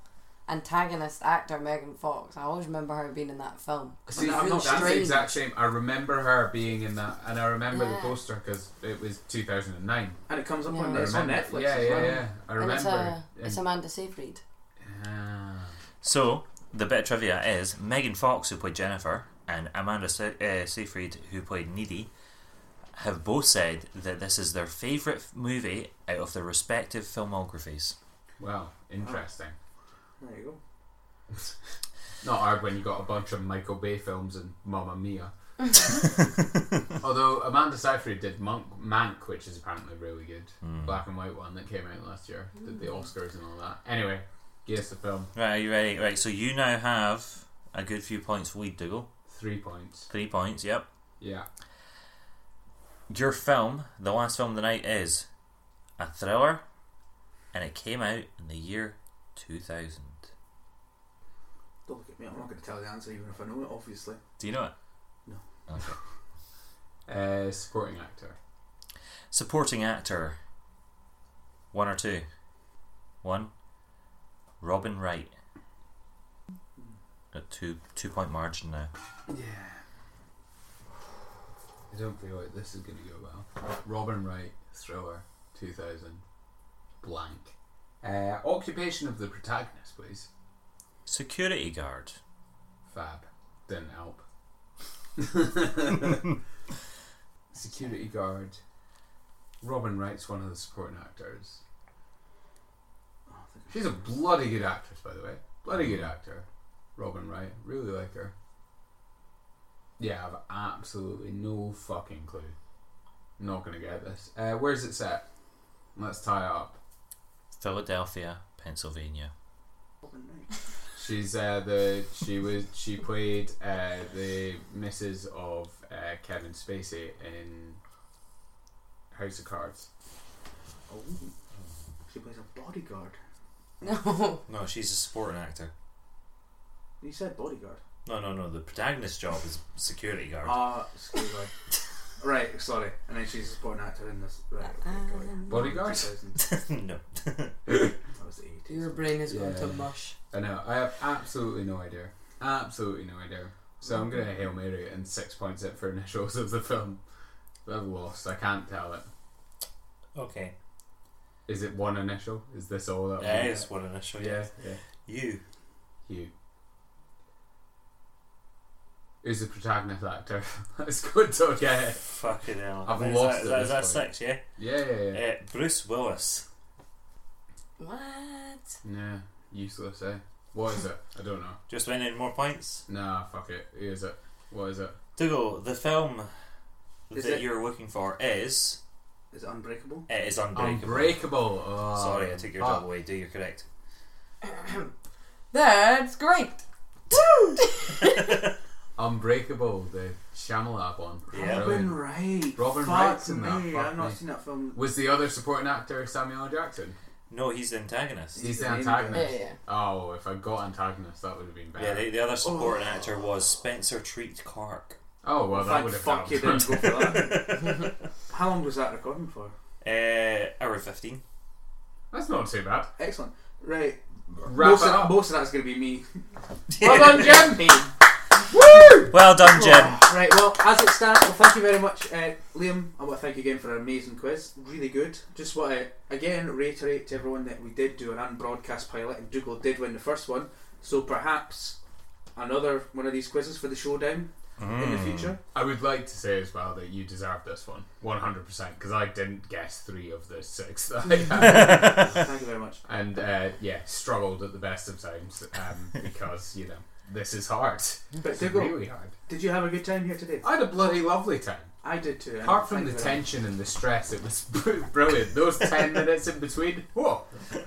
D: Antagonist actor Megan Fox. I always remember her being in that film.
A: See,
C: I'm not-
A: that's the
D: strange.
A: exact same. I remember her being in that, and I remember the
D: Yeah.
A: poster because it was 2009.
C: that. And it comes up on,
D: Yeah.
C: it's on
A: Remember-
C: Netflix.
A: Yeah,
C: as
A: yeah,
C: well.
A: yeah. I
D: and it's,
A: remember.
D: a, it's Amanda Seyfried.
A: Ah.
B: so the bit of trivia is Megan Fox who played Jennifer and Amanda Se- uh, Seyfried, who played Needy, have both said that this is their favourite f- movie out of their respective filmographies.
A: Well, interesting.
C: There you go.
A: Not hard when you got a bunch of Michael Bay films and Mamma Mia. Although Amanda Seyfried did Monk, Mank, which is apparently really good, black and white one that came out last year, did the
D: Hmm.
A: Oscars and all that. Anyway, guess the film.
B: Right, are you ready? Right, so you now have a good few points for lead, Dougal.
A: Three points.
B: Three points, yep.
A: Yeah.
B: Your film, the last film of the night, is a thriller, and it came out in the year 2000.
C: Don't look at me. I'm not going to tell the answer, even if I know it. Obviously.
B: Do you know it?
C: No.
B: Okay.
A: Uh, supporting actor.
B: Supporting actor. One or two? One. Robin Wright. Got two two point margin now.
A: Yeah. I don't feel like this is going to go well. Robin Wright, Thriller, 2000, blank. Uh, occupation of the protagonist, please.
B: Security guard.
A: Fab. Didn't help. Security guard. Robin Wright's one of the supporting actors.
C: Oh, I think I
A: She's a bloody good actress, by the way. Bloody good actor. Robin Wright. Really like her. Yeah, I've absolutely no fucking clue. Not gonna get this. Uh, where's it set? Let's tie it up.
B: Philadelphia, Pennsylvania.
C: should have been
A: She's uh, the she was she played uh, the Mrs. of uh, Kevin Spacey in House of Cards.
C: right. Oh. She plays a bodyguard.
D: No.
B: No, she's a supporting actor.
C: You said bodyguard.
B: No, no, no. The protagonist's job is security guard.
A: Oh.
C: Ah, excuse me. Right, sorry. And then she's a supporting actor in this. Right, okay, got it.
A: Bodyguard?
C: 2000.
B: no.
C: That was the 80s.
D: Your brain is going to
A: Yeah.
D: mush.
A: I know. I have absolutely no idea. Absolutely no idea. So I'm gonna hail Mary it and six points it for initials of the film. But I've lost. I can't tell it.
B: Okay.
A: Is it one initial? Is this all that?
B: That
A: we
B: is what initial.
A: get? Yeah, yeah.
B: You.
A: You. Who's the protagonist actor? Let's go to yeah.
B: Fucking hell.
A: I've
B: Is
A: lost
B: that-
A: at
B: Is that, is that
A: this
B: six? Yeah.
A: Yeah, yeah, yeah.
B: Uh, Bruce Willis.
D: What?
A: Yeah. Useless, eh? What is it? I don't know.
B: Just went in more points.
A: Nah, fuck it. Who is it? What is it?
B: Dougal, the film
C: Is
B: that
C: it-
B: you're looking for is
C: Is it Unbreakable?
B: it is Unbreakable.
A: Unbreakable. Oh,
B: Sorry, I took your
A: fuck.
B: job away. Do you correct?
D: That's great. Woo!
A: Unbreakable, the Shyamalan one.
B: Yeah.
A: Brilliant.
C: Robin Wright.
A: Robin
C: Fuck
A: Wright's in that,
C: me.
A: fuck
C: I've not
A: me.
C: seen that film.
A: Was the other supporting actor Samuel L. Jackson?
B: No, he's the antagonist.
A: He's the
C: the main
A: antagonist.
D: guy. Yeah, yeah.
A: Oh, if I got antagonist, that would have been better.
B: Yeah, the, the other supporting
C: Oh.
B: actor was Spencer Treat Clark.
A: oh well, that
C: Thank
A: would have
C: fuck you
A: helped.
C: didn't go for that. How long was that recording for?
B: Uh, hour fifteen.
A: That's not too bad.
C: Excellent. Right.
A: Wrap
C: Most
A: it
C: of,
A: up.
C: most of that's going to be me.
A: Well done, Jim.
C: Woo!
B: Well done, Jim.
C: Oh, Right, well, as it stands, well, thank you very much, uh, Liam. I want to thank you again for an amazing quiz. Really good. Just want to, again, reiterate to everyone that we did do an unbroadcast pilot and Dougal did win the first one. So perhaps another one of these quizzes for the showdown in the future.
A: I would like to say as well that you deserve this one, one hundred percent, because I didn't guess three of the six that I had.
C: thank you very much.
A: and uh, yeah, struggled at the best of times um, because you know this is hard,
C: But
A: it's
C: Dougal,
A: really hard.
C: did you have a good time here today?
A: I had a bloody lovely time.
C: I did too. and
A: Apart from
C: thank
A: the
C: you very much.
A: tension and the stress, it was brilliant. Those ten minutes in between, whoa,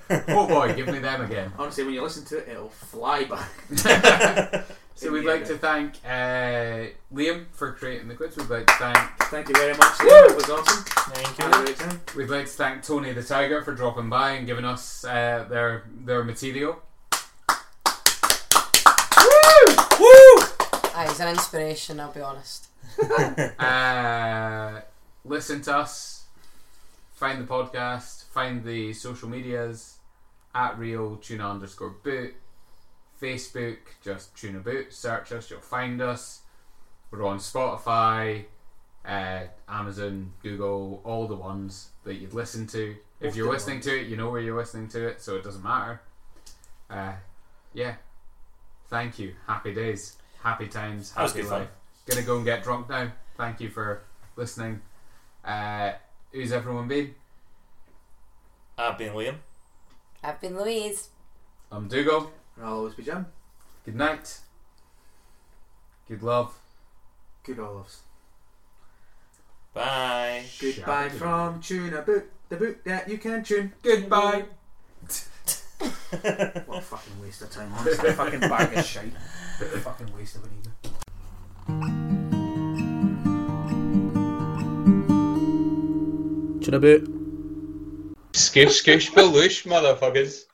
A: oh boy, give me them again.
C: Honestly, when you listen to it, it'll fly by.
A: So we'd like to thank uh, Liam for creating the quiz. We'd like to thank
C: Thank you very much. Liam. That was awesome.
B: Thank
C: Had a
B: you.
C: great time.
A: we'd like to thank Tony the Tiger for dropping by and giving us uh, their their material.
D: Ah, he's an inspiration, I'll be honest.
A: uh, listen to us, find the podcast, find the social medias at real tuna underscore boot, Facebook, just tuna boot, search us, you'll find us. We're on Spotify, uh, Amazon, Google, all the ones that you'd listen to. If
C: All
A: you're
C: the
A: listening
C: ones.
A: to it, you know where you're listening to it, so it doesn't matter. Uh, yeah. Thank you. Happy days. Happy times,
B: That was
A: happy
B: good fun.
A: life. Gonna go and get drunk now. Thank you for listening. Uh, who's everyone been?
B: I've been Liam.
D: I've been Louise.
A: I'm Dougal.
C: And I'll always be Jim.
A: Good night. Good love.
C: Good olives.
B: Bye.
C: Goodbye
A: Shout.
C: from Tuna Boot, the boot that you can tune.
A: Goodbye.
C: What a fucking waste of time, honestly. fucking bag of shite. fucking waste of an evening.
E: Tuna boot.
F: Skoosh, skoosh, baloosh, motherfuckers.